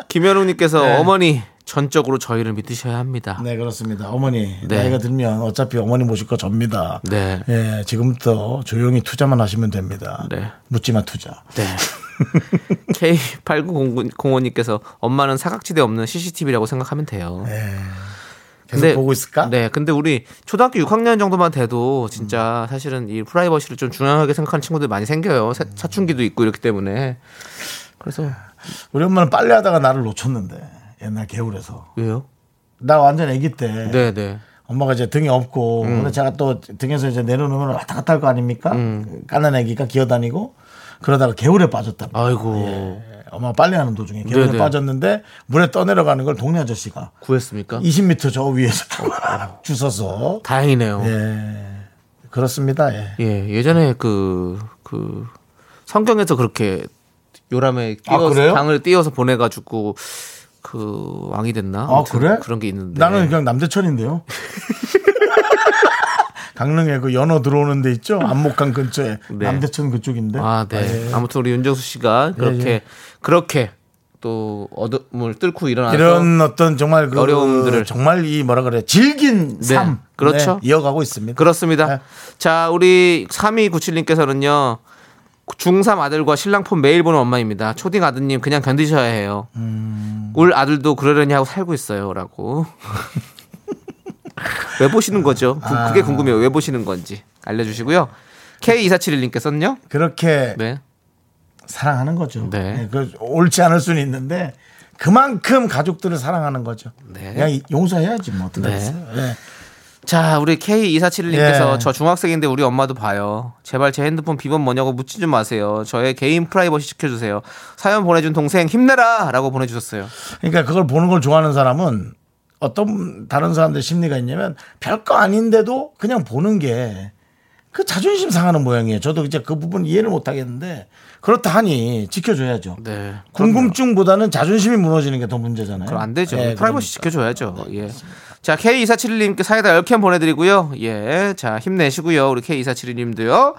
Speaker 2: 김현웅님께서 어머니 전적으로 저희를 믿으셔야 합니다.
Speaker 1: 네 그렇습니다. 어머니
Speaker 2: 네.
Speaker 1: 나이가 들면 어차피 어머니 모실 거 접니다.
Speaker 2: 네.
Speaker 1: 예 지금부터 조용히 투자만 하시면 됩니다.
Speaker 2: 네.
Speaker 1: 묻지마 투자.
Speaker 2: 네. K8905님께서 엄마는 사각지대 없는 CCTV라고 생각하면 돼요.
Speaker 1: 네, 예. 계속
Speaker 2: 근데-
Speaker 1: 보고 있을까?
Speaker 2: 네, 근데 우리 초등학교 6학년 정도만 돼도
Speaker 1: 음.
Speaker 2: 진짜 사실은 이 프라이버시를 좀 중요하게 생각하는 친구들 많이 생겨요.
Speaker 1: 음.
Speaker 2: 사, 사춘기도 있고 이렇기 때문에. 그래서
Speaker 1: 네. 우리 엄마는 빨래 하다가 나를 놓쳤는데 옛날 개울에서
Speaker 2: 왜요?
Speaker 1: 나 완전 아기 때
Speaker 2: 네, 음. 네.
Speaker 1: 엄마가 이제 등이 없고 근데 제가 또 등에서 이제 내려놓으면 왔다 갔다 할 거 아닙니까? 까는 아기가 기어다니고 그러다가 개울에 빠졌다.
Speaker 2: 음.
Speaker 1: 예.
Speaker 2: 아이고
Speaker 1: 엄마 빨래하는 도중에 개울에
Speaker 2: 네네.
Speaker 1: 빠졌는데 물에 떠내려가는 걸 동네 아저씨가
Speaker 2: 구했습니까?
Speaker 1: 20m 저 위에서 주워서
Speaker 2: 다행이네요. 예,
Speaker 1: 예 그렇습니다. 예.
Speaker 2: 예전에 그 그 성경에서 그렇게 요람에
Speaker 1: 아,
Speaker 2: 띄워서
Speaker 1: 그래요?
Speaker 2: 당을 띄워서 보내가지고 그 왕이 됐나?
Speaker 1: 아
Speaker 2: 아무튼
Speaker 1: 그래?
Speaker 2: 그런 게 있는데.
Speaker 1: 나는 그냥 남대천인데요. 강릉에 그 연어 들어오는 데 있죠 안목강 근처에
Speaker 2: 네.
Speaker 1: 남대천 그쪽인데.
Speaker 2: 아, 네. 아무튼 우리 윤정수 씨가 그렇게
Speaker 1: 예.
Speaker 2: 그렇게 또 어둠을 뚫고 일어나서
Speaker 1: 이런 어떤 정말 그
Speaker 2: 어려움들을.
Speaker 1: 정말 이 뭐라 그래 질긴
Speaker 2: 네,
Speaker 1: 삶
Speaker 2: 그렇죠.
Speaker 1: 네, 이어가고 있습니다.
Speaker 2: 그렇습니다.
Speaker 1: 네.
Speaker 2: 자, 우리 3297님께서는요. 중3 아들과 신랑폰 매일 보는 엄마입니다. 초딩 아드님 그냥 견디셔야 해요.
Speaker 1: 음.
Speaker 2: 울 아들도 그러려니 하고 살고 있어요라고. 왜 보시는 거죠? 구-
Speaker 1: 아.
Speaker 2: 그게 궁금해요. 왜 보시는 건지 알려 주시고요. K2471님께서는요.
Speaker 1: 그렇게
Speaker 2: 네.
Speaker 1: 사랑하는 거죠.
Speaker 2: 네.
Speaker 1: 네, 그 옳지 않을 수는 있는데 그만큼 가족들을 사랑하는 거죠.
Speaker 2: 네.
Speaker 1: 그냥 용서해야지 뭐 어떻게
Speaker 2: 네.
Speaker 1: 하겠어요. 네.
Speaker 2: 자, 우리 K2471님께서
Speaker 1: 예.
Speaker 2: 저 중학생인데 우리 엄마도 봐요. 제발 제 핸드폰 비번 뭐냐고 묻지 좀 마세요. 저의 개인 프라이버시 지켜주세요. 사연 보내준 동생 힘내라! 라고 보내주셨어요.
Speaker 1: 그러니까 그걸 보는 걸 좋아하는 사람은 어떤 다른 사람들 심리가 있냐면 별거 아닌데도 그냥 보는 게 그 자존심 상하는 모양이에요. 저도 이제 그 부분 이해를 못 하겠는데 그렇다 하니 지켜줘야죠.
Speaker 2: 네.
Speaker 1: 궁금증보다는 자존심이 무너지는 게 더 문제잖아요.
Speaker 2: 네, 그럼 안 되죠.
Speaker 1: 예,
Speaker 2: 프라이버시 지켜줘야죠. 예. 자, K2471님께 사이다 10캔 보내드리고요. 예. 자, 힘내시고요. 우리 K2471님도요.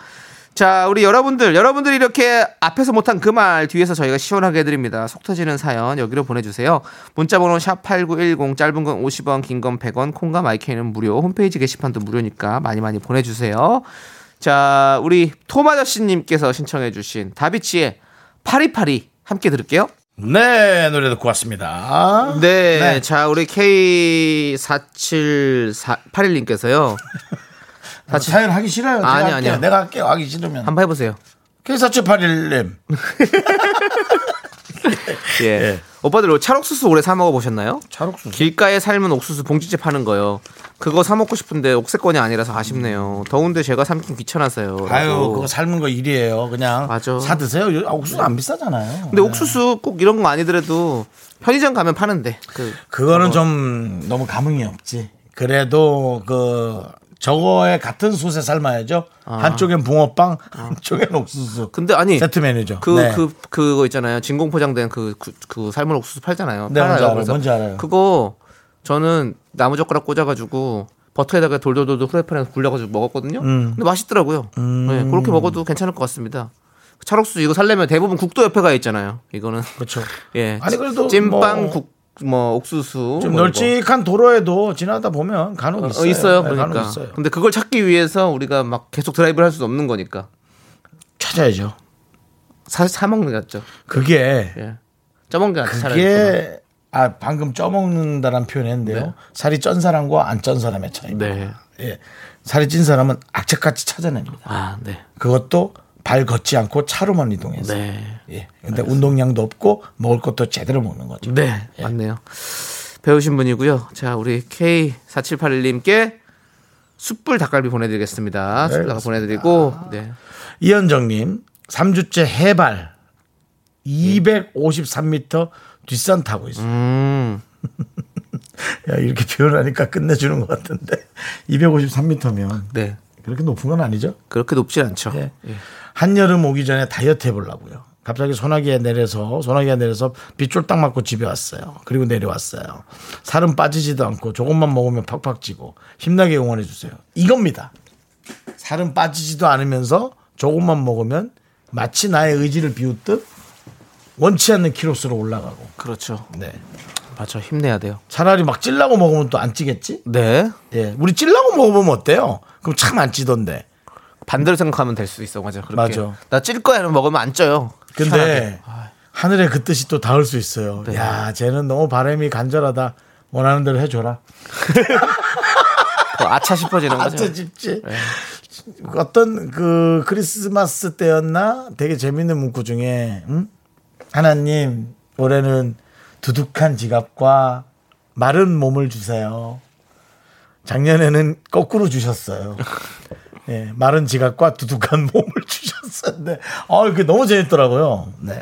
Speaker 2: 자, 우리 여러분들, 여러분들이 이렇게 앞에서 못한 그 말 뒤에서 저희가 시원하게 해드립니다. 속 터지는 사연 여기로 보내주세요. 문자번호 샵8910, 짧은 건 50원, 긴 건 100원, 콩과 마이크는 무료, 홈페이지 게시판도 무료니까 많이 많이 보내주세요. 자, 우리 토마저씨님께서 신청해주신 다비치의 파리파리 함께 들을게요.
Speaker 1: 네 노래 듣고 왔습니다.
Speaker 2: 네,
Speaker 1: 네.
Speaker 2: 자 우리 K 4781님께서요
Speaker 1: 네. 같이 사연 하기 싫어요. 제가
Speaker 2: 아니,
Speaker 1: 할게요.
Speaker 2: 아니요.
Speaker 1: 내가 할게요. 하기 싫으면.
Speaker 2: 한번 해보세요.
Speaker 1: K4781님.
Speaker 2: 예. 오빠들 찰옥수수 올해 사 먹어 보셨나요?
Speaker 1: 찰옥수수.
Speaker 2: 길가에 삶은 옥수수 봉지째 파는 거요. 그거 사 먹고 싶은데 옥세권이 아니라서 아쉽네요. 더운데 제가 삶긴 귀찮아서요.
Speaker 1: 아유,
Speaker 2: 라고.
Speaker 1: 그거 삶은 거 일이에요. 그냥
Speaker 2: 맞아.
Speaker 1: 사 드세요. 요- 아, 옥수수 안 비싸잖아요.
Speaker 2: 근데 옥수수 꼭 이런 거 아니더라도 편의점 가면 파는데 그
Speaker 1: 그거는 좀 너무 감흥이 없지. 그래도 그 저거에 같은 솥에 삶아야죠. 한쪽엔 붕어빵, 한쪽엔 옥수수.
Speaker 2: 근데 아. 아니
Speaker 1: 세트 메뉴죠.
Speaker 2: 그,
Speaker 1: 네.
Speaker 2: 그, 그거 있잖아요. 진공 포장된 그, 그, 그 삶은 옥수수 팔잖아요.
Speaker 1: 네, 뭔지
Speaker 2: 팔아요.
Speaker 1: 알아요.
Speaker 2: 그래서
Speaker 1: 뭔지 알아요.
Speaker 2: 그거 저는 나무젓가락 꽂아가지고 버터에다가 돌돌돌돌 후라이팬에서 굴려가지고 먹었거든요.
Speaker 1: 음.
Speaker 2: 근데 맛있더라고요. 네, 그렇게 먹어도 괜찮을 것 같습니다. 찰옥수 이거 살려면 대부분 국도 옆에 가 있잖아요. 이거는.
Speaker 1: 그렇죠.
Speaker 2: 예.
Speaker 1: 아니, 그래도
Speaker 2: 찐빵
Speaker 1: 뭐-
Speaker 2: 국, 뭐, 옥수수.
Speaker 1: 좀
Speaker 2: 뭐 이거.
Speaker 1: 널찍한 도로에도 지나다 보면 간혹
Speaker 2: 어,
Speaker 1: 있어요.
Speaker 2: 있어요.
Speaker 1: 네,
Speaker 2: 그러니까.
Speaker 1: 간혹 있어요.
Speaker 2: 근데 그걸 찾기 위해서 우리가 막 계속 드라이브를 할 수는 없는 거니까.
Speaker 1: 찾아야죠.
Speaker 2: 사, 사먹는 게 낫죠.
Speaker 1: 그게
Speaker 2: 예. 쪄먹는 게 낫죠. 차라리.
Speaker 1: 그게 아 방금 쪄먹는다란 표현했는데요. 살이 쩐 사람과 안 쩐 사람의 차이.
Speaker 2: 네.
Speaker 1: 예. 살이 찐 사람은 악착같이 찾아냅니다.
Speaker 2: 아, 네.
Speaker 1: 그것도 발 걷지 않고 차로만 이동해서.
Speaker 2: 네.
Speaker 1: 예. 근데 운동량도 없고 먹을 것도 제대로 먹는 거죠.
Speaker 2: 네. 맞네요. 배우신 분이고요. 자, 우리 K4781님께 숯불 닭갈비 보내드리겠습니다. 숯불 닭갈비 보내드리고, 네.
Speaker 1: 이현정님, 3주째 해발 253m 뒷산 타고 있어요.
Speaker 2: 음,
Speaker 1: 야, 이렇게 표현하니까 끝내주는 것 같은데. 253m면
Speaker 2: 네.
Speaker 1: 그렇게 높은 건 아니죠?
Speaker 2: 그렇게 높진 않죠.
Speaker 1: 예.
Speaker 2: 예.
Speaker 1: 한여름 오기 전에 다이어트 해보려고요. 갑자기 소나기에 내려서 소나기가 내려서 비 쫄딱 맞고 집에 왔어요. 그리고 내려왔어요. 살은 빠지지도 않고 조금만 먹으면 팍팍 찌고 힘나게 응원해 주세요. 이겁니다. 살은 빠지지도 않으면서 조금만 먹으면 마치 나의 의지를 비웃듯 원치 않는 키로수로 올라가고.
Speaker 2: 그렇죠.
Speaker 1: 네.
Speaker 2: 맞죠. 힘내야 돼요.
Speaker 1: 차라리 막 찔라고 먹으면 또 안 찌겠지?
Speaker 2: 네.
Speaker 1: 예. 우리 찔라고 먹어보면 어때요? 그럼 참 안 찌던데.
Speaker 2: 반대로 생각하면 될 수 있어. 맞아. 그렇게.
Speaker 1: 맞아.
Speaker 2: 나 찔 거야. 이러면 먹으면 안 쪄요.
Speaker 1: 근데
Speaker 2: 편하게. 아,
Speaker 1: 네. 하늘의 그 뜻이 또 닿을 수 있어요. 야, 쟤는 너무 바람이 간절하다. 원하는 대로 해줘라.
Speaker 2: 그 아차 싶어지는 거죠.
Speaker 1: 아차 집지. 어떤 그 크리스마스 때였나 되게 재밌는 문구 중에 음? 하나님 올해는 두둑한 지갑과 마른 몸을 주세요. 작년에는 거꾸로 주셨어요. 예, 마른 지갑과 두둑한 몸을 주셨었는데, 아, 그게 너무 재밌더라고요. 네,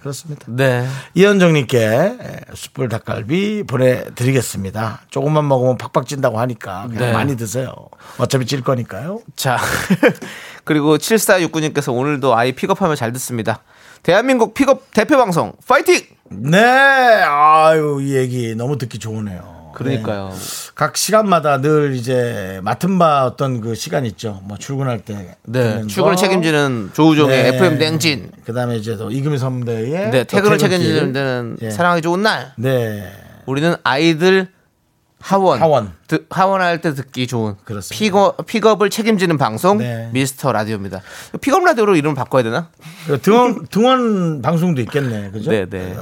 Speaker 1: 그렇습니다.
Speaker 2: 네.
Speaker 1: 이현정님께 예, 숯불 닭갈비 보내드리겠습니다. 조금만 먹으면 팍팍 찐다고 하니까 그냥
Speaker 2: 네.
Speaker 1: 많이 드세요. 어차피 찔 거니까요.
Speaker 2: 자. 그리고 7469님께서 오늘도 아이 픽업하며 잘 듣습니다. 대한민국 픽업 대표 방송 파이팅!
Speaker 1: 네, 아유 이 얘기 너무 듣기 좋으네요.
Speaker 2: 그러니까요.
Speaker 1: 네. 각 시간마다 늘 이제 맡은 바 어떤 그 시간 있죠. 뭐 출근할 때.
Speaker 2: 네.
Speaker 1: 듣는
Speaker 2: 출근을
Speaker 1: 거.
Speaker 2: 책임지는 조우종의
Speaker 1: 네.
Speaker 2: FM 냉진.
Speaker 1: 그다음에 이제 또 이금희 선배의
Speaker 2: 네.
Speaker 1: 또 퇴근길.
Speaker 2: 퇴근을 책임지는 데는
Speaker 1: 예.
Speaker 2: 사랑하기 좋은 날.
Speaker 1: 네.
Speaker 2: 우리는 아이들 하원.
Speaker 1: 하원.
Speaker 2: 드- 하원할 때 듣기 좋은.
Speaker 1: 그렇습니다.
Speaker 2: 픽업, 픽업을 책임지는 방송.
Speaker 1: 네.
Speaker 2: 미스터 라디오입니다. 픽업 라디오로 이름 바꿔야 되나?
Speaker 1: 그리고 등원 등원 방송도 있겠네. 그죠? 어.
Speaker 2: 네, 네.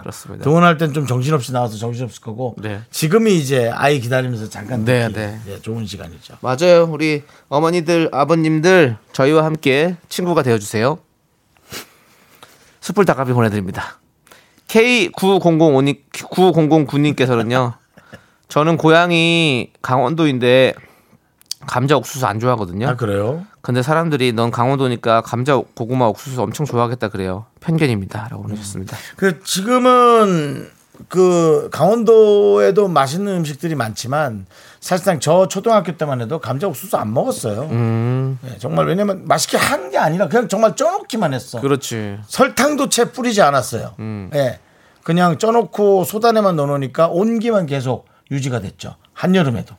Speaker 2: 그렇습니다.
Speaker 1: 동원할 땐 좀 정신없이 나와서 정신없을 거고
Speaker 2: 네.
Speaker 1: 지금이 이제 아이 기다리면서 잠깐
Speaker 2: 네,
Speaker 1: 듣기
Speaker 2: 네.
Speaker 1: 예, 좋은 시간이죠.
Speaker 2: 맞아요. 우리 어머니들, 아버님들 저희와 함께 친구가 되어 주세요. 숯불 닭갈비 보내 드립니다. K9005님 9009님께서는요. 저는 고향이 강원도인데 감자 옥수수 안 좋아하거든요.
Speaker 1: 아 그래요?
Speaker 2: 근데 사람들이 넌 강원도니까 감자 고구마 옥수수 엄청 좋아하겠다 그래요. 편견입니다라고 보내셨습니다.
Speaker 1: 그 지금은 그 강원도에도 맛있는 음식들이 많지만 사실상 저 초등학교 때만 해도 감자 옥수수 안 먹었어요.
Speaker 2: 음.
Speaker 1: 예, 정말 왜냐면 맛있게 한 게 아니라 그냥 정말 쪄놓기만 했어.
Speaker 2: 그렇지.
Speaker 1: 설탕도 채 뿌리지 않았어요.
Speaker 2: 음.
Speaker 1: 예. 그냥 쪄놓고 소단에만 넣어놓으니까 온기만 계속 유지가 됐죠. 한여름에도.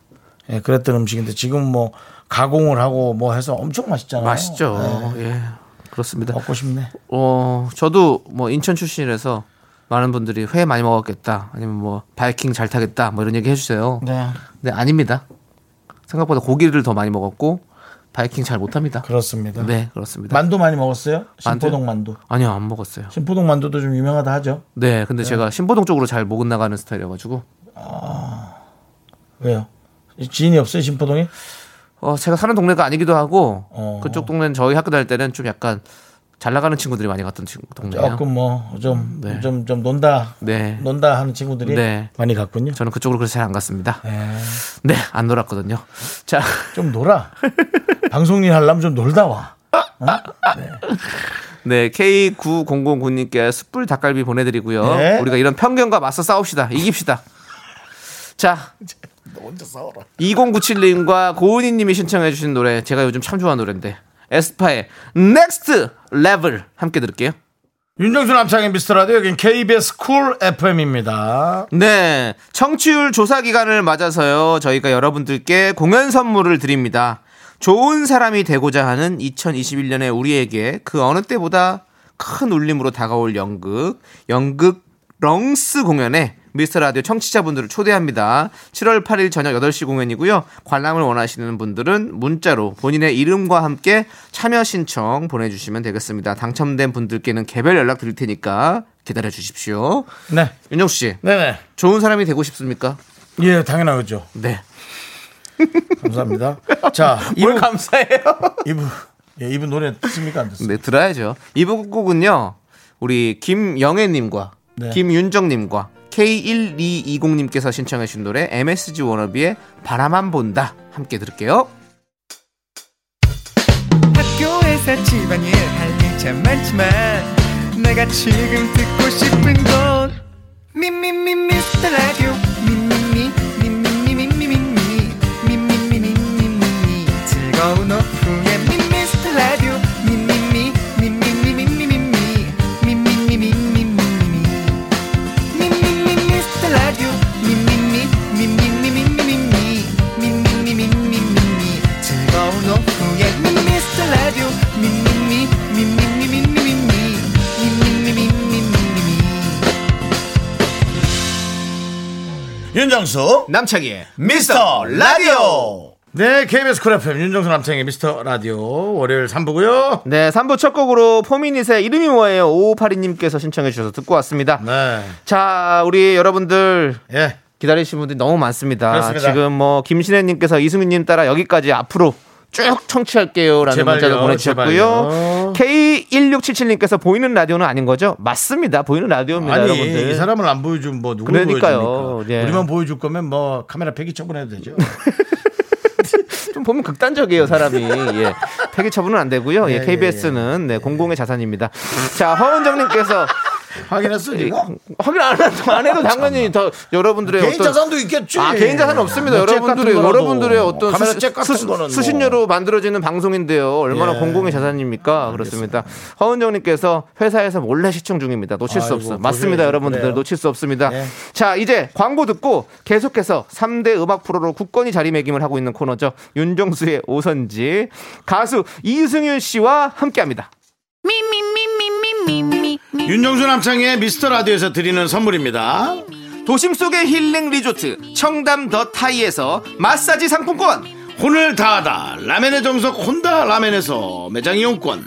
Speaker 1: 예, 그랬던 음식인데 지금 뭐 가공을 하고 뭐 해서 엄청 맛있잖아요.
Speaker 2: 맛있죠.
Speaker 1: 예,
Speaker 2: 예. 그렇습니다.
Speaker 1: 먹고 싶네.
Speaker 2: 어, 저도 뭐 인천 출신이라서 많은 분들이 회 많이 먹었겠다. 아니면 뭐 바이킹 잘 타겠다. 뭐 이런 얘기 해주세요.
Speaker 1: 네.
Speaker 2: 근데 아닙니다. 생각보다 고기를 더 많이 먹었고 바이킹 잘 못합니다.
Speaker 1: 그렇습니다.
Speaker 2: 네, 그렇습니다.
Speaker 1: 만두 많이 먹었어요?
Speaker 2: 만두요?
Speaker 1: 신포동 만두.
Speaker 2: 아니요, 안 먹었어요.
Speaker 1: 신포동 만두도 좀 유명하다 하죠.
Speaker 2: 네, 근데 제가 신보동 쪽으로 잘 못 나가는 스타일이어가지고
Speaker 1: 왜요? 지인이 없어요 신포동에?
Speaker 2: 어, 제가 사는 동네가 아니기도 하고
Speaker 1: 어.
Speaker 2: 그쪽 동네는 저희 학교 다닐 때는 좀 약간 잘 나가는 친구들이 많이 갔던 친구 동네예요.
Speaker 1: 조금 뭐 좀 좀
Speaker 2: 네.
Speaker 1: 좀 논다
Speaker 2: 네.
Speaker 1: 논다 하는 친구들이
Speaker 2: 네.
Speaker 1: 많이 갔군요.
Speaker 2: 저는 그쪽으로 그래서 잘 안 갔습니다.
Speaker 1: 네.
Speaker 2: 네, 안 놀았거든요. 자,
Speaker 1: 좀 놀아. 방송일 하려면 좀 놀다 와.
Speaker 2: 네, K9009님께 숯불 닭갈비 보내드리고요.
Speaker 1: 네.
Speaker 2: 우리가 이런 편견과 맞서 싸웁시다. 이깁시다. 자, 2097님과 고은희님이 신청해주신 노래, 제가 요즘 참 좋아하는 노래인데, 에스파의 Next Level 함께 들을게요.
Speaker 1: 윤정수 남창의 미스터라디오 여긴 KBS 쿨 FM입니다.
Speaker 2: 네, 청취율 조사 기간을 맞아서요. 저희가 여러분들께 공연 선물을 드립니다. 좋은 사람이 되고자 하는 2021년에 우리에게 그 어느 때보다 큰 울림으로 다가올 연극, 연극 렁스 공연에 미스터 라디오 청취자분들을 초대합니다. 7월 8일 저녁 8시 공연이고요. 관람을 원하시는 분들은 문자로 본인의 이름과 함께 참여 신청 보내주시면 되겠습니다. 당첨된 분들께는 개별 연락 드릴 테니까 기다려 주십시오.
Speaker 1: 네.
Speaker 2: 윤정수 씨,
Speaker 1: 네네.
Speaker 2: 좋은 사람이 되고 싶습니까?
Speaker 1: 예, 당연하겠죠.
Speaker 2: 네.
Speaker 1: 감사합니다. 자,
Speaker 2: 뭘
Speaker 1: 이분,
Speaker 2: 감사해요?
Speaker 1: 이분, 예, 이분 노래 듣습니까? 안 듣습니까?
Speaker 2: 네, 들어야죠. 이번 곡은요, 우리 김영애님과
Speaker 1: 네.
Speaker 2: 김윤정님과 K1220님께서 신청해주신 노래 MSG 워너비의 바라만 본다. 함께 들을게요.
Speaker 4: 학교에서 집안일 할 일 참 많지만 내가 지금 듣고 싶은 건 미미미 미스터 라디오 미미미 미미미 미미미 미미미 미미미 즐거운 오후에 미스터 라디오 미미미 미미미 미미미 미미미 미미미
Speaker 2: 네.
Speaker 1: 윤정수.
Speaker 2: 남창희의
Speaker 1: 미스터 라디오. 네, KBS 쿨 FM 윤정수 남창의 미스터 라디오 월요일 3부고요
Speaker 2: 네, 3부 첫 곡으로 포미닛의 이름이 뭐예요? 네. 5582님께서 신청해주셔서 듣고 왔습니다.
Speaker 1: 네.
Speaker 2: 자, 우리 여러분들
Speaker 1: 예.
Speaker 2: 기다리시는 분들이 너무 많습니다.
Speaker 1: 그렇습니다.
Speaker 2: 지금 뭐 김신혜님께서 이승윤님 따라 여기까지 앞으로 쭉 청취할게요라는
Speaker 1: 제발요,
Speaker 2: 문자도
Speaker 1: 제발요.
Speaker 2: 보내주셨고요. K1677님께서 보이는 라디오는 아닌 거죠? 맞습니다. 보이는 라디오입니다,
Speaker 1: 아니
Speaker 2: 여러분들.
Speaker 1: 이 사람을 안 보여주면 뭐 누구를
Speaker 2: 그러니까요.
Speaker 1: 보여줍니까?
Speaker 2: 예.
Speaker 1: 우리만 보여줄 거면 뭐 카메라 폐기 처분해도 되죠.
Speaker 2: 좀 보면 극단적이에요, 사람이. 예. 폐기 처분은 안 되고요. 예,
Speaker 1: 예,
Speaker 2: KBS는 네, 공공의 자산입니다. 자, 허은정님께서
Speaker 1: 확인했어 이거.
Speaker 2: 확인 안 해도, 안 해도 당연히 더 여러분들의
Speaker 1: 개인
Speaker 2: 어떤-
Speaker 1: 자산도 있겠지.
Speaker 2: 아, 개인 자산은 없습니다.
Speaker 1: 뭐잭
Speaker 2: 여러분들의
Speaker 1: 같은 거라도.
Speaker 2: 여러분들의 어떤
Speaker 1: 카메라
Speaker 2: 수-
Speaker 1: 잭 같은
Speaker 2: 수-
Speaker 1: 거는 뭐.
Speaker 2: 수신료로 만들어지는 방송인데요. 얼마나
Speaker 1: 예. 아,
Speaker 2: 공공의 자산입니까? 그렇습니다. 허은정님께서 회사에서 몰래 시청 중입니다. 놓칠 수
Speaker 1: 아이고,
Speaker 2: 없어.
Speaker 1: 보셔야죠.
Speaker 2: 맞습니다, 여러분들
Speaker 1: 그래요.
Speaker 2: 놓칠 수 없습니다.
Speaker 1: 예.
Speaker 2: 자, 이제 광고 듣고 계속해서 3대 음악 프로로 굳건히 자리매김을 하고 있는 코너죠. 윤정수의 오선지 가수 이승윤 씨와 함께합니다.
Speaker 1: 윤정수 남창의 미스터 라디오에서 드리는 선물입니다.
Speaker 2: 도심 속의 힐링 리조트 청담 더 타이에서 마사지 상품권.
Speaker 1: 혼을 다하다 라멘의 정석 혼다 라멘에서 매장 이용권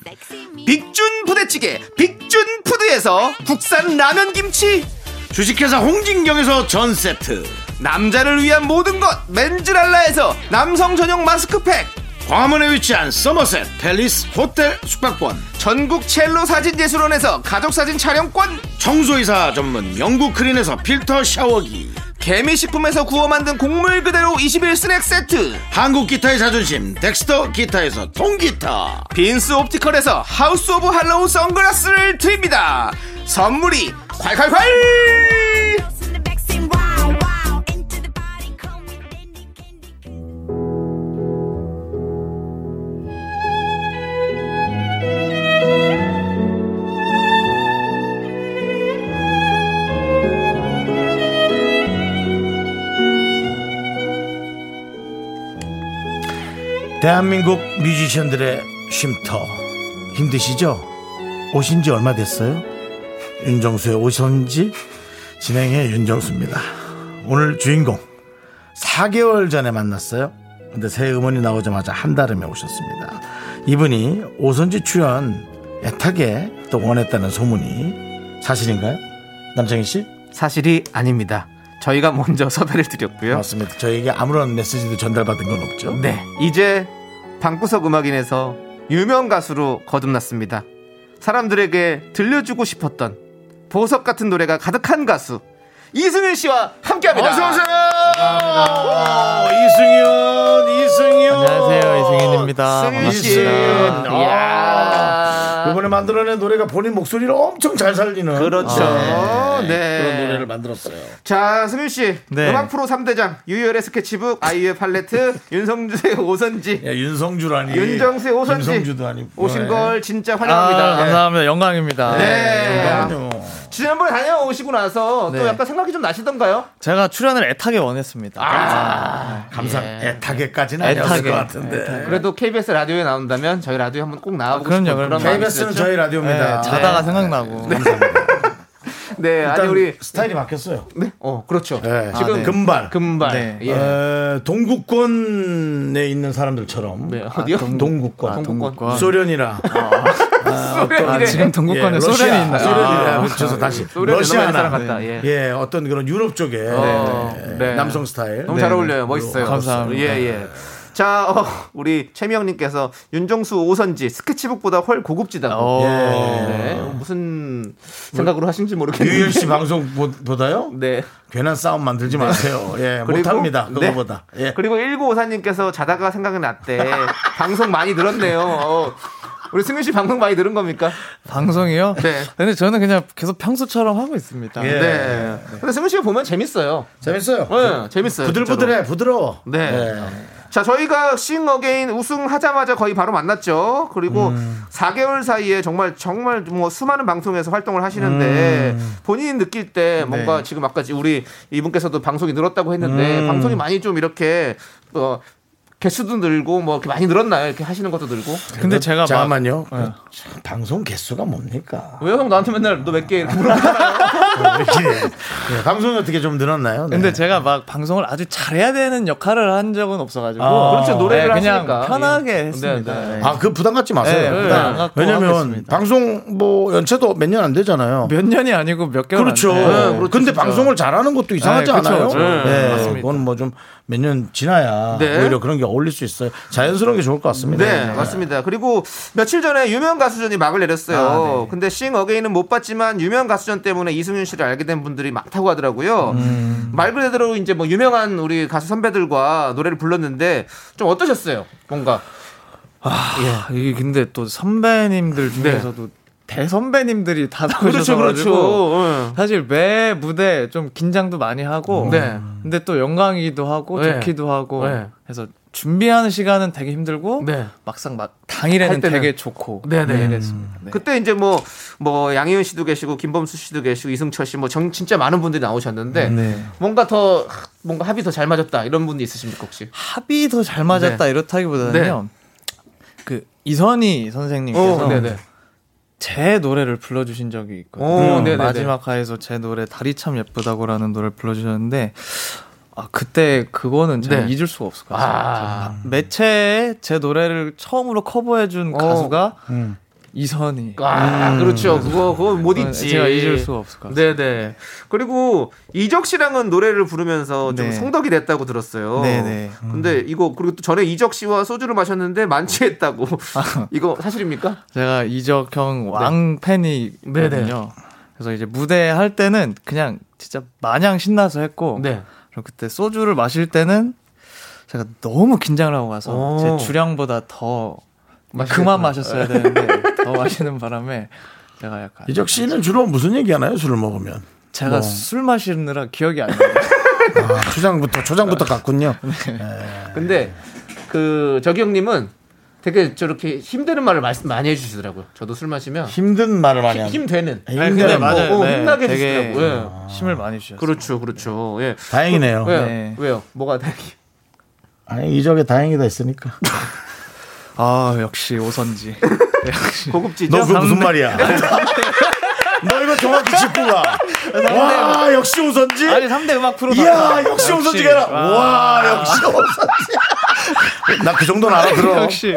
Speaker 2: 빅준 부대찌개 빅준 푸드에서 국산 라면 김치
Speaker 1: 주식회사 홍진경에서 전세트
Speaker 2: 남자를 위한 모든 것 맨즈랄라에서 남성 전용 마스크팩
Speaker 1: 광화문에 위치한 서머셋 팰리스 호텔 숙박권
Speaker 2: 전국 첼로 사진 예술원에서 가족 사진 촬영권
Speaker 1: 청소이사 전문 영국 크린에서 필터 샤워기
Speaker 2: 개미 식품에서 구워 만든 곡물 그대로 21 스낵 세트
Speaker 1: 한국 기타의 자존심 덱스터 기타에서 통기타
Speaker 2: 빈스 옵티컬에서 하우스 오브 할로우 선글라스를 드립니다 선물이 콸콸콸
Speaker 1: 대한민국 뮤지션들의 쉼터 힘드시죠? 오신 지 얼마 됐어요? 윤정수의 오선지 진행의 윤정수입니다. 오늘 주인공 4개월 전에 만났어요. 근데 새 음원이 나오자마자 한 달음에 오셨습니다. 이분이 오선지 출연 애타게 또 원했다는 소문이 사실인가요? 남창희 씨?
Speaker 2: 사실이 아닙니다 저희가 먼저 섭외를 드렸고요
Speaker 1: 맞습니다. 저에게 아무런 메시지도 전달받은 건 없죠.
Speaker 2: 네, 이제 방구석 음악인에서 유명 가수로 거듭났습니다. 사람들에게 들려주고 싶었던 보석 같은 노래가 가득한 가수 이승윤 씨와 함께합니다. 아.
Speaker 1: 이승윤, 이승윤.
Speaker 2: 승윤 씨.
Speaker 1: 이승윤.
Speaker 2: 이야.
Speaker 1: 이번에 만들어낸 노래가 본인 목소리를 엄청 잘 살리는
Speaker 2: 그렇죠.
Speaker 1: 아, 네.
Speaker 2: 네.
Speaker 1: 그런 노래를 만들었어요.
Speaker 2: 자, 승윤 씨.
Speaker 5: 네.
Speaker 2: 음악 프로 3대장 유열의 스케치북, 아이유의 팔레트, 윤성주의 오선지.
Speaker 1: 야, 예, 윤성주라니.
Speaker 2: 윤정수의 오선지
Speaker 1: 윤성주도 아니고 예.
Speaker 2: 오신 걸 진짜 환영합니다.
Speaker 5: 아,
Speaker 2: 네.
Speaker 5: 감사합니다. 영광입니다.
Speaker 2: 네.
Speaker 1: 아니요.
Speaker 2: 지난번에 다녀오시고 나서 또
Speaker 5: 네.
Speaker 2: 약간 생각이 좀 나시던가요?
Speaker 5: 제가 출연을 애타게 원했습니다.
Speaker 6: 아.
Speaker 1: 감상
Speaker 2: 예.
Speaker 1: 애타게까지는 아니었을
Speaker 5: 애타게.
Speaker 1: 것 같은데.
Speaker 2: 네. 그래도 KBS 라디오에 나온다면 저희 라디오 한번 꼭 나와보고
Speaker 5: 아, 그럼요,
Speaker 2: 싶은 그런
Speaker 5: 그럼요.
Speaker 2: 마음이
Speaker 1: KBS는
Speaker 2: 들었죠?
Speaker 1: 저희
Speaker 5: 네,
Speaker 1: 라디오입니다.
Speaker 5: 자다가 생각나고.
Speaker 2: 네, 아니
Speaker 1: 일단
Speaker 2: 우리
Speaker 1: 스타일이 바뀌었어요.
Speaker 2: 네, 어 그렇죠.
Speaker 1: 네.
Speaker 2: 지금
Speaker 5: 아, 네.
Speaker 1: 금발.
Speaker 2: 금발.
Speaker 5: 네.
Speaker 2: 예.
Speaker 1: 에, 동구권에 있는 사람들처럼
Speaker 2: 네, 어디요?
Speaker 1: 동구권,
Speaker 5: 아, 동국권.
Speaker 1: 소련이라 아,
Speaker 5: 아, 지금 동국권에
Speaker 1: 예,
Speaker 5: 소련이
Speaker 1: 러시아,
Speaker 5: 있나요?
Speaker 1: 소련이라
Speaker 5: 아,
Speaker 1: 붙여서 다시
Speaker 2: 소련이 넘어간
Speaker 1: 러시아나
Speaker 2: 사람 같다, 예.
Speaker 1: 예. 어떤 그런 유럽 쪽에 예,
Speaker 2: 네.
Speaker 1: 남성 스타일
Speaker 2: 너무 잘 어울려요. 멋있어요.
Speaker 5: 감사합니다.
Speaker 2: 예, 예. 자, 어, 우리 최미영님께서 윤정수 오선지 스케치북보다 훨 고급지다고.
Speaker 5: 오.
Speaker 2: 네. 무슨 생각으로 하신지 모르겠는데.
Speaker 1: 유현 씨 방송 보- 보다요?
Speaker 2: 네.
Speaker 1: 괜한 싸움 만들지 마세요. 예,
Speaker 2: 그리고-
Speaker 1: 못합니다.
Speaker 2: 네.
Speaker 1: 그거보다. 예.
Speaker 2: 그리고 1954님께서 자다가 생각이 났대. 방송 많이 늘었네요. 어, 우리 승윤 씨 방송 많이 늘은 겁니까?
Speaker 5: 방송이요?
Speaker 2: 네.
Speaker 5: 근데 저는 그냥 계속 평소처럼 하고 있습니다.
Speaker 1: 예.
Speaker 2: 네. 근데 승윤 씨 보면 재밌어요.
Speaker 1: 재밌어요.
Speaker 2: 네, 재밌어요.
Speaker 1: 부들부들해, 부드러워.
Speaker 2: 네.
Speaker 1: 예.
Speaker 2: 자, 저희가 싱어게인 우승하자마자 거의 바로 만났죠. 그리고 4개월 사이에 정말 정말 뭐 수많은 방송에서 활동을 하시는데 본인이 느낄 때 뭔가 지금 아까 우리 이분께서도 방송이 늘었다고 했는데 방송이 많이 좀 이렇게 어 개수도 늘고 뭐 이렇게 많이 늘었나요? 이렇게 하시는 것도 늘고.
Speaker 5: 근데 제가 막- 어.
Speaker 1: 잠깐만요. 그 방송 개수가 뭡니까?
Speaker 2: 왜요? 형 나한테 맨날 너 몇 개 이렇게 물어보잖아요.
Speaker 1: 이렇게. 예, 방송이 어떻게 좀 늘었나요? 네.
Speaker 5: 근데 제가 막 방송을 아주 잘해야 되는 역할을 한 적은 없어가지고
Speaker 1: 아. 그렇죠,
Speaker 2: 노래를
Speaker 5: 뭐 네, 그냥
Speaker 2: 하시니까.
Speaker 5: 편하게
Speaker 2: 예.
Speaker 5: 했습니다.
Speaker 2: 네, 네, 네.
Speaker 1: 아, 그 부담 갖지 마세요.
Speaker 5: 네,
Speaker 1: 부담.
Speaker 5: 안 갖고
Speaker 1: 왜냐면
Speaker 5: 하겠습니다.
Speaker 1: 방송 뭐 연체도 몇 년 안 되잖아요.
Speaker 5: 몇 년이 아니고 몇 개월
Speaker 1: 그렇죠.
Speaker 5: 안 돼요.
Speaker 1: 네, 근데 방송을 잘하는 것도 이상하지
Speaker 5: 네, 그쵸,
Speaker 1: 않아요?
Speaker 5: 그쵸.
Speaker 1: 네,
Speaker 5: 맞습니다.
Speaker 1: 그건 뭐 좀 몇 년 지나야 뭐
Speaker 2: 네.
Speaker 1: 오히려 그런 게 어울릴 수 있어요. 자연스러운 게 좋을 것 같습니다.
Speaker 2: 네, 맞습니다. 그리고 며칠 전에 유명 가수전이 막을 내렸어요. 근데 싱 어게인은 못 봤지만 유명 가수전 때문에 이승윤 씨를 알게 된 분들이 많다고 하더라고요. 말 그대로 이제 뭐 유명한 우리 가수 선배들과 노래를 불렀는데 좀 어떠셨어요? 뭔가
Speaker 5: 아, 이게 근데 또 선배님들 중에서도 대선배님들이 다
Speaker 2: 네. 그렇죠,
Speaker 5: 나오셔서
Speaker 2: 그렇죠.
Speaker 5: 사실 매 무대 좀 긴장도 많이 하고
Speaker 2: 네.
Speaker 5: 근데 또 영광이기도 하고
Speaker 2: 네.
Speaker 5: 좋기도 하고
Speaker 2: 네.
Speaker 5: 해서 준비하는 시간은 되게 힘들고
Speaker 2: 네.
Speaker 5: 막상 막
Speaker 2: 할
Speaker 5: 당일에는
Speaker 2: 때는-
Speaker 5: 되게 좋고
Speaker 2: 네, 네.
Speaker 5: 이랬습니다. 네.
Speaker 2: 그때 이제 뭐 뭐 양희은 씨도 계시고 김범수 씨도 계시고 이승철 씨 뭐 진짜 많은 분들이 나오셨는데
Speaker 5: 네.
Speaker 2: 뭔가 더 뭔가 합이 더 잘 맞았다 이런 분이 있으십니까 혹시?
Speaker 5: 합이 더 잘 맞았다
Speaker 2: 네.
Speaker 5: 이렇다기보다는요. 그 이선희 선생님께서
Speaker 2: 네네.
Speaker 5: 제 노래를 불러주신 적이
Speaker 2: 오,
Speaker 5: 있거든요.
Speaker 2: 네네네.
Speaker 5: 마지막 하에서 제 노래 다리 참 예쁘다고라는 노래를 불러주셨는데 아 그때 그거는 제가
Speaker 2: 네.
Speaker 5: 잊을 수가 없을 것 같아요.
Speaker 2: 아,
Speaker 5: 매체에 제 노래를 처음으로 커버해준
Speaker 2: 어.
Speaker 5: 가수가 이선희.
Speaker 2: 아, 그렇죠. 그거 그거 못
Speaker 5: 음. 그건
Speaker 2: 잊지.
Speaker 5: 제가 잊을 수가 없을 것 같아요.
Speaker 2: 네네. 그리고 이적 씨랑은 노래를 부르면서 좀
Speaker 5: 네.
Speaker 2: 성덕이 됐다고 들었어요.
Speaker 5: 네네. 음.
Speaker 2: 근데 이거 그리고 또 전에 이적 씨와 소주를 마셨는데 만취했다고.
Speaker 5: 아.
Speaker 2: 이거 사실입니까?
Speaker 5: 제가 이적 형 왕팬이거든요.
Speaker 2: 네. 네네.
Speaker 5: 그래서 이제 무대 할 때는 그냥 진짜 마냥 신나서 했고
Speaker 2: 네.
Speaker 5: 그리고 그때 소주를 마실 때는 제가 너무 긴장을 하고 가서
Speaker 2: 오.
Speaker 5: 제 주량보다 더
Speaker 2: 마시겠구나. 네.
Speaker 5: 그만 마셨어야 되는데 더 마시는 바람에 제가 약간
Speaker 1: 이적 씨는 주로 무슨 얘기 하나요? 술을 먹으면.
Speaker 5: 제가
Speaker 1: 뭐.
Speaker 5: 술 마시느라 기억이 안 나요.
Speaker 1: 아, 초장부터 초장부터 갔군요.
Speaker 5: 네.
Speaker 2: 근데 그 저기 형님은 되게 저렇게 힘드는 말을 말씀 많이 해주시더라고요. 저도 술 마시면
Speaker 1: 힘든 말을 많이 하는.
Speaker 2: 힘,
Speaker 1: 뭐,
Speaker 2: 힘 되는.
Speaker 5: 아니,
Speaker 1: 힘들어.
Speaker 5: 근데 맞아요.
Speaker 2: 어, 어,
Speaker 5: 네,
Speaker 2: 힘나게
Speaker 5: 되게 아,
Speaker 2: 해주시더라고요. 예.
Speaker 5: 힘을 많이 주셨어요.
Speaker 2: 그렇죠, 그렇죠. 예.
Speaker 1: 다행이네요.
Speaker 2: 왜요?
Speaker 5: 네.
Speaker 2: 왜요? 뭐가 되게
Speaker 1: 아니 이적에 다행이다 했으니까.
Speaker 5: 아 역시 오선지. 역시
Speaker 2: 고급지죠?
Speaker 1: 너 그거 무슨 말이야? 너 이거 정확히 짚고 가. 와 역시 우선지.
Speaker 5: 아니 3대 음악 프로.
Speaker 1: 이야 역시 우선지가 라 와. 역시 우선지. 나 그 정도는 알아들어.
Speaker 5: 역시.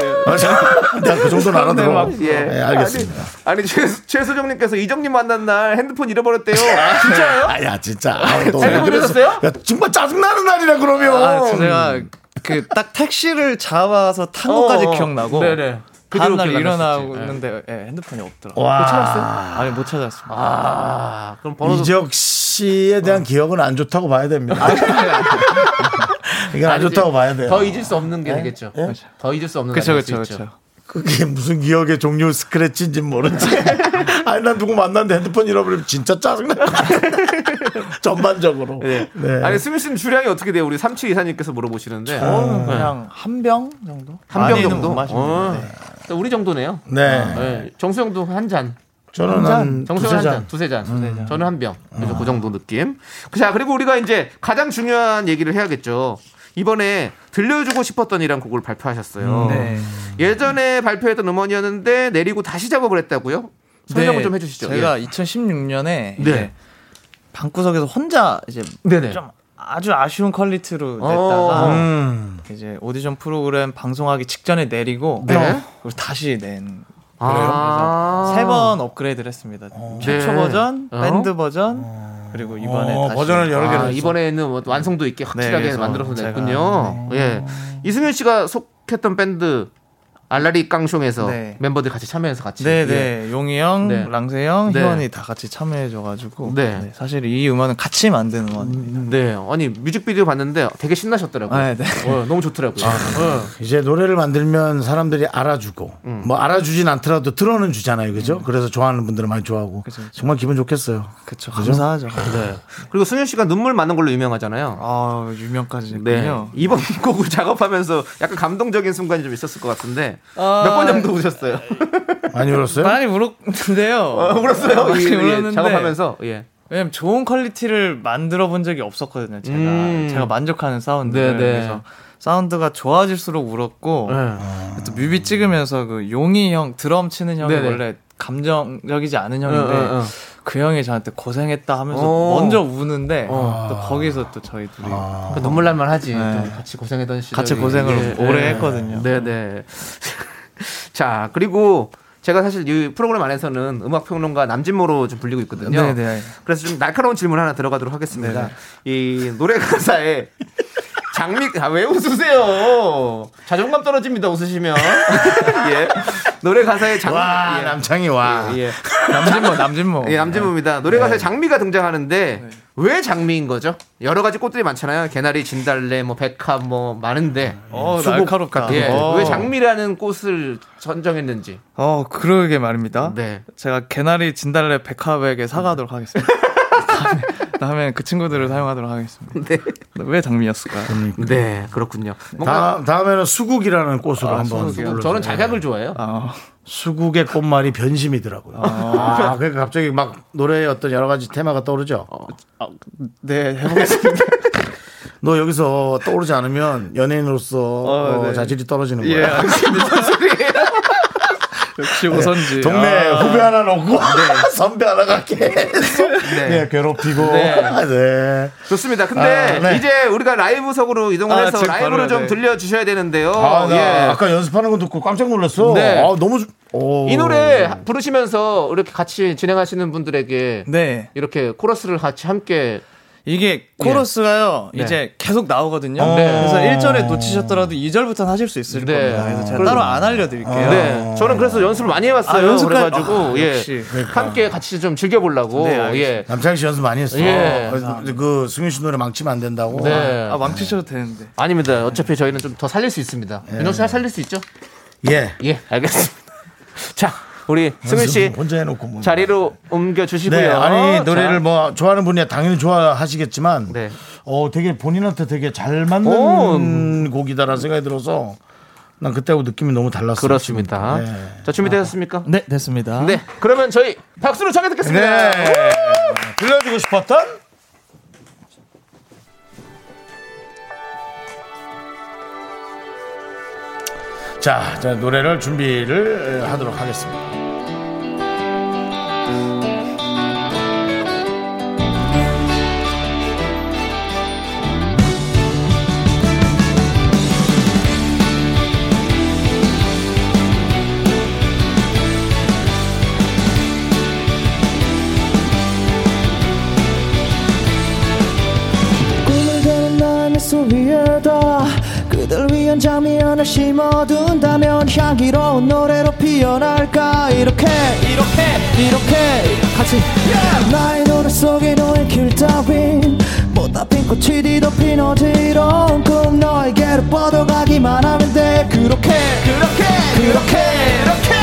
Speaker 1: 나 그 정도는 알아들어.
Speaker 5: 막-
Speaker 1: 예, 알겠습니다.
Speaker 2: 아니, 아니 최, 최수정님께서 이정님 만난 날 핸드폰 잃어버렸대요. 진짜요?
Speaker 1: 아야 진짜. 아우, 너왜
Speaker 2: 핸드폰
Speaker 1: 그랬어?
Speaker 2: 잃었어요?
Speaker 1: 야, 정말 짜증나는 날이라 그러면.
Speaker 5: 아, 진짜 제가 그 딱 택시를 잡아서 탄 것까지
Speaker 2: 어, 어.
Speaker 5: 기억나고
Speaker 2: 네네. 그 뒤로
Speaker 5: 다음날
Speaker 2: 기억이 안 났었지.
Speaker 5: 일어나는데 예, 핸드폰이 없더라고.
Speaker 1: 와.
Speaker 5: 못 찾았어요? 아니 못 찾았습니다.
Speaker 2: 아, 그럼 번호도
Speaker 1: 이적 씨에
Speaker 2: 어.
Speaker 1: 대한 기억은 안 좋다고 봐야 됩니다. 이건 안
Speaker 2: 아니지.
Speaker 1: 좋다고 봐야 돼요.
Speaker 2: 아, 더 잊을 수 없는 게 되겠죠.
Speaker 1: 예?
Speaker 2: 더 잊을 수 없는
Speaker 5: 그렇죠,
Speaker 2: 날일 수
Speaker 5: 그렇죠,
Speaker 2: 있죠.
Speaker 5: 그렇죠.
Speaker 1: 그게 무슨 기억의 종류 스크래치인지 모르지. 아니 난 누구 만났는데 핸드폰 잃어버리면 진짜 짜증날 것 같아. 전반적으로. 네.
Speaker 2: 아니 수민 씨는 주량이 어떻게 돼요? 우리 삼칠 이사님께서 물어보시는데
Speaker 5: 저는 그냥 한 병 정도?
Speaker 2: 한 병
Speaker 5: 많이는
Speaker 2: 정도.
Speaker 5: 못 마십니다.
Speaker 2: 어.
Speaker 5: 네.
Speaker 2: 그러니까 우리 정도네요.
Speaker 1: 네.
Speaker 2: 네. 정수형도 한 잔,
Speaker 1: 저는 한
Speaker 2: 정수
Speaker 1: 두세
Speaker 2: 형한
Speaker 1: 잔.
Speaker 2: 잔, 두세 잔, 저는 한 병. 그래서 그 정도 느낌. 자 그리고 우리가 이제 가장 중요한 얘기를 해야겠죠. 이번에 들려주고 싶었던이란 곡을
Speaker 1: 음,
Speaker 2: 발표하셨어요.
Speaker 1: 네.
Speaker 2: 예전에 발표했던 음원이었는데 내리고 다시 작업을 했다고요? 설명을
Speaker 5: 네,
Speaker 2: 좀 해주시죠.
Speaker 5: 제가
Speaker 2: 예.
Speaker 5: 2016년에
Speaker 2: 네.
Speaker 5: 방구석에서 혼자 이제
Speaker 2: 네네.
Speaker 5: 좀 아주 아쉬운 퀄리티로 냈다가
Speaker 2: 어.
Speaker 1: 음.
Speaker 5: 이제 오디션 프로그램 방송하기 직전에 내리고
Speaker 2: 네.
Speaker 5: 그리고 다시 낸
Speaker 2: 아.
Speaker 5: 세 번 업그레이드를 했습니다. 최초
Speaker 2: 네.
Speaker 5: 버전,
Speaker 2: 어?
Speaker 5: 밴드 버전, 그리고 이번에
Speaker 1: 어,
Speaker 5: 다시
Speaker 1: 버전을 여러 개로
Speaker 2: 아,
Speaker 1: 했어.
Speaker 2: 이번에는 뭐 완성도 있게 확실하게
Speaker 5: 네, 그래서
Speaker 2: 만들어서
Speaker 5: 제가- 네.
Speaker 2: 냈군요. 예. 이승윤 씨가 속했던 밴드 알라리 깡숑에서
Speaker 5: 네.
Speaker 2: 멤버들 같이 참여해서 같이. 예.
Speaker 5: 네네 용이 형,
Speaker 2: 네.
Speaker 5: 랑세 형,
Speaker 2: 네.
Speaker 5: 희원이 다 같이 참여해줘가지고
Speaker 2: 네.
Speaker 5: 네, 사실 이 음원은 같이 만든 음원입니다.
Speaker 2: 네. 아니 뮤직비디오 봤는데 되게 신나셨더라고요.
Speaker 5: 아, 네.
Speaker 2: 어, 너무 좋더라고요. 어.
Speaker 1: 이제 노래를 만들면 사람들이 알아주고
Speaker 2: 음.
Speaker 1: 뭐 알아주진 않더라도 들어는 주잖아요, 그죠? 그래서 좋아하는 분들은 많이 좋아하고 정말 기분 좋겠어요.
Speaker 5: 그쵸 감사하죠.
Speaker 2: 네. 그리고 승윤 씨가 눈물 많은 걸로 유명하잖아요.
Speaker 5: 아 유명까지
Speaker 2: 네.
Speaker 5: 했군요.
Speaker 2: 이번 곡을 작업하면서 약간 감동적인 순간이 좀 있었을 것 같은데
Speaker 5: 아,
Speaker 2: 몇 번 정도 우셨어요?
Speaker 1: 많이 울었어요?
Speaker 2: 아,
Speaker 5: 많이 울었는데요.
Speaker 2: 울었어요.
Speaker 5: 많이
Speaker 2: 예, 예,
Speaker 5: 울었는데
Speaker 2: 작업하면서 예.
Speaker 5: 왜냐면 좋은 퀄리티를 만들어 본 적이 없었거든요. 제가
Speaker 2: 음.
Speaker 5: 제가 만족하는 사운드를
Speaker 2: 네, 네.
Speaker 5: 그래서 사운드가 좋아질수록 울었고 또 뮤비 찍으면서 그 용이 형 드럼 치는 형이
Speaker 2: 네네.
Speaker 5: 원래 감정적이지 않은 형인데
Speaker 2: 어, 어, 어.
Speaker 5: 그 형이 저한테 고생했다 하면서
Speaker 2: 어.
Speaker 5: 먼저 우는데 또 거기서 또 저희 둘이
Speaker 2: 그 눈물 날만 하지.
Speaker 5: 네.
Speaker 2: 또 같이 예. 고생했던 시절.
Speaker 5: 같이 고생을 오래 했거든요.
Speaker 2: 네네. 자 그리고 제가 사실 이 프로그램 안에서는 음악 평론가 남진모로 좀 불리고 있거든요.
Speaker 5: 네네. 네,
Speaker 2: 그래서 좀 날카로운 질문 하나 들어가도록 하겠습니다. 이 노래 가사에 장미 아, 왜 웃으세요? 자존감 떨어집니다 웃으시면. 예. 노래 가사에 장미
Speaker 1: 와
Speaker 2: 예.
Speaker 1: 남창이 와.
Speaker 2: 예, 예.
Speaker 5: 남진모 남진모.
Speaker 2: 예, 남진부입니다. 노래 가사에 장미가 등장하는데 왜 장미인 거죠? 여러 가지 꽃들이 많잖아요. 개나리, 진달래, 뭐 백합 뭐 많은데
Speaker 5: 어,
Speaker 2: 수국
Speaker 5: 날카롭다.
Speaker 2: 같은 거.
Speaker 5: 어.
Speaker 2: 왜 장미라는 꽃을 선정했는지.
Speaker 5: 어 그러게 말입니다.
Speaker 2: 네.
Speaker 5: 제가 개나리 진달래 백합에게 사과하도록 하겠습니다. 다음에, 다음에 그 친구들을 사용하도록 하겠습니다.
Speaker 2: 네.
Speaker 5: 왜 장미였을까요?
Speaker 1: 음.
Speaker 2: 네, 그렇군요. 뭔가
Speaker 1: 다음 다음에는 수국이라는 꽃으로 한번
Speaker 5: 아, 수국이요?
Speaker 1: 불러주세요.
Speaker 2: 저는 작약을 좋아해요.
Speaker 5: 아,
Speaker 1: 수국의 꽃말이 변심이더라고요. 아, 그러니까 갑자기 막 노래의 어떤 여러 가지 테마가 떠오르죠.
Speaker 5: 어, 네 해보겠습니다.
Speaker 1: 너 여기서 떠오르지 않으면 연예인으로서 어,
Speaker 5: 네.
Speaker 1: 자질이 떨어지는
Speaker 5: 예,
Speaker 1: 거야.
Speaker 5: 알겠습니다. 역시 우선지.
Speaker 1: 동네
Speaker 5: 아, 네.
Speaker 1: 후배 하나 놓고 선배 하나가 계속
Speaker 2: 네.
Speaker 1: 예, 괴롭히고
Speaker 2: 네.
Speaker 1: 네.
Speaker 2: 좋습니다. 근데
Speaker 1: 아, 네.
Speaker 2: 이제 우리가 라이브석으로 이동을
Speaker 5: 아,
Speaker 2: 해서
Speaker 5: 지금
Speaker 2: 라이브로
Speaker 5: 바로요,
Speaker 2: 좀
Speaker 5: 네.
Speaker 2: 들려주셔야 되는데요.
Speaker 5: 어,
Speaker 1: 아, 나
Speaker 2: 예.
Speaker 1: 아까 연습하는 거 듣고 깜짝 놀랐어.
Speaker 2: 네.
Speaker 1: 아, 너무 좋- 오.
Speaker 2: 이 노래 부르시면서 이렇게 같이 진행하시는 분들에게
Speaker 5: 네
Speaker 2: 이렇게 코러스를 같이 함께
Speaker 5: 이게 코러스가요
Speaker 1: 예.
Speaker 2: 네.
Speaker 5: 이제 계속 나오거든요.
Speaker 1: 네.
Speaker 5: 그래서 1절에 놓치셨더라도 2절부터는 하실 수 있을
Speaker 2: 네.
Speaker 5: 겁니다. 그래서 제가
Speaker 2: 그래도-
Speaker 1: 그렇죠.
Speaker 5: 따로 안
Speaker 1: 아,
Speaker 5: 알려드릴게요.
Speaker 2: 네, 저는 그래서 연습을 많이 해왔어요.
Speaker 5: 아, 연습까지-
Speaker 2: 그래가지고
Speaker 5: 아,
Speaker 2: 예,
Speaker 5: 역시.
Speaker 2: 함께 같이 좀 즐겨보려고
Speaker 5: 네, 알겠습니다.
Speaker 2: 예,
Speaker 1: 남창희 씨 연습 많이 했어.
Speaker 2: 예.
Speaker 1: 그래서 그 승윤 씨 노래 망치면 안 된다고.
Speaker 2: 네,
Speaker 5: 아 망치셔도 되는데.
Speaker 2: 아닙니다. 어차피 저희는 좀 더 살릴 수 있습니다.
Speaker 5: 네.
Speaker 2: 민호 씨잘 살릴 수 있죠?
Speaker 1: 예.
Speaker 2: 예, 알겠습니다. 자, 우리 승윤 씨
Speaker 1: 혼자 해놓고 뭐.
Speaker 2: 자리로 옮겨 주시고요.
Speaker 1: 네, 아니 노래를
Speaker 2: 자,
Speaker 1: 뭐 좋아하는 분이 당연히 좋아하시겠지만,
Speaker 2: 네.
Speaker 1: 어 되게 본인한테 되게 잘 맞는
Speaker 2: 오.
Speaker 1: 곡이다라는 생각이 들어서 난 그때하고 느낌이 너무 달랐어요.
Speaker 2: 그렇습니다.
Speaker 1: 지금. 네.
Speaker 2: 자, 준비되셨습니까?
Speaker 5: 네 됐습니다.
Speaker 2: 네, 그러면 저희 박수로 청해 듣겠습니다.
Speaker 1: 네. 들려주고 싶었던 자, 자 노래를 준비를 하도록 하겠습니다.
Speaker 6: 꿈을 되는 나의 소리에다 그댈 위한 잠이 하나 심어둔다면 향기로운 노래로 피어날까 이렇게 이렇게 이렇게 같이 나의 노래 속에 놓인 길 따윈 못다 핀 꽃이 뒤덮인 어지러운 꿈 너에게로 뻗어가기만 하면 돼 그렇게 그렇게 그렇게 이렇게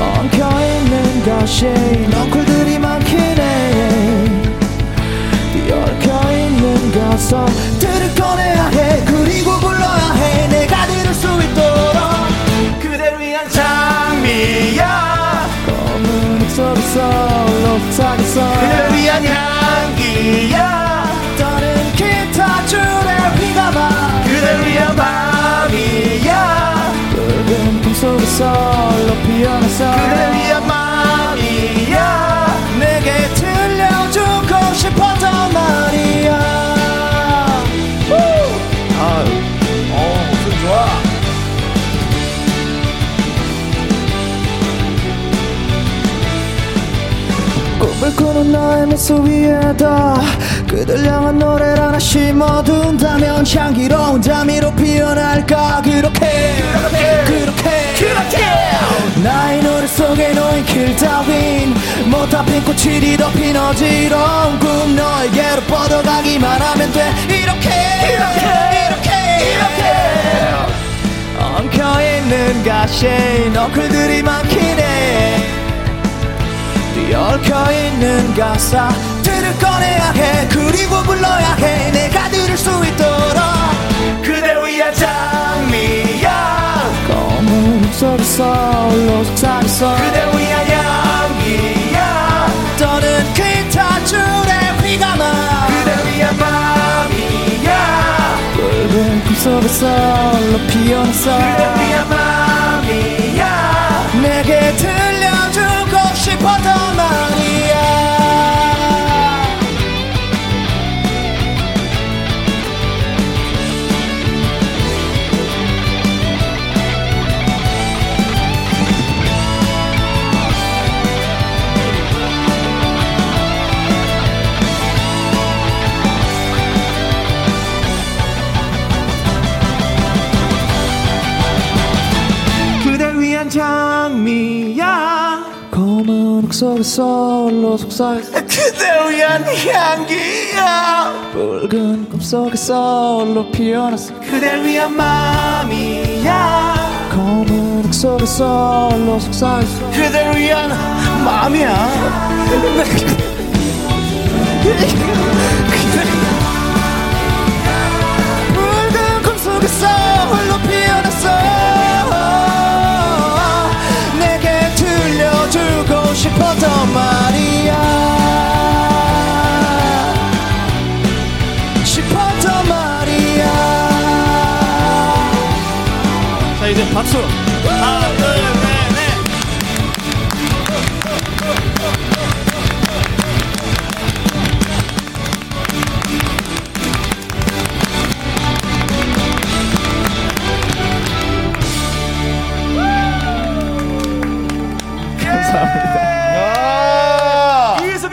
Speaker 6: 엉켜있는 것이 넝쿨들이 많긴 해 얽혀있는 것은 들을 꺼내야 해 그리고 불러야 해 내가 들을 수 있도록 그댈 위한 장미야 검은 목소리서 높다겠어 그댈 위한 향기야 떠는 기타 줄에 비가 막 그댈 위한 밤이야 붉은 풍속에서 높이어나서 그댈 위한 맘이야 내게 들려주고 싶었던 말이야 꿈을 꾸는 너의 미소 위에다 그들 향한 노래를 하나 심어둔다면 향기로운 잠이로 피어날까 그렇게 그렇게 그렇게 나의 노래 속에 놓인 길 따윈 뭐 못다 핀 꽃이 뒤덮인 어지러운 꿈 너에게로 뻗어가기만 하면 돼 이렇게 이렇게 이렇게 이렇게 엉켜있는 가시에 너클들이 많긴 해 얽혀있는 가사들을 꺼내야 해 그리고 불러야 해 내가 들을 수 있도록 그대 위한 장미야 검은 목소리서 홀로 속삭였어 그대 위한 향기야 떠는 기타 줄에 비가 나 그대 위한 밤이야 붉은 꿈속에서 홀로 피어났어 그대 위한 밤이야 내게 들려주고 싶었던 말이 속 솔로 속삭
Speaker 2: 그대 위한 향기야
Speaker 6: 붉은 꿈속에 솔로 피어났어
Speaker 2: 그댈 위한 마음이야
Speaker 6: 검은 흙 속에 솔로 속삭
Speaker 2: 그댈 위한 마음이야
Speaker 6: 붉은 꿈속에서 홀로 피어났어 내게 들려주고 싶었던 말이야 싶었던 말이야
Speaker 2: 자 이제 박수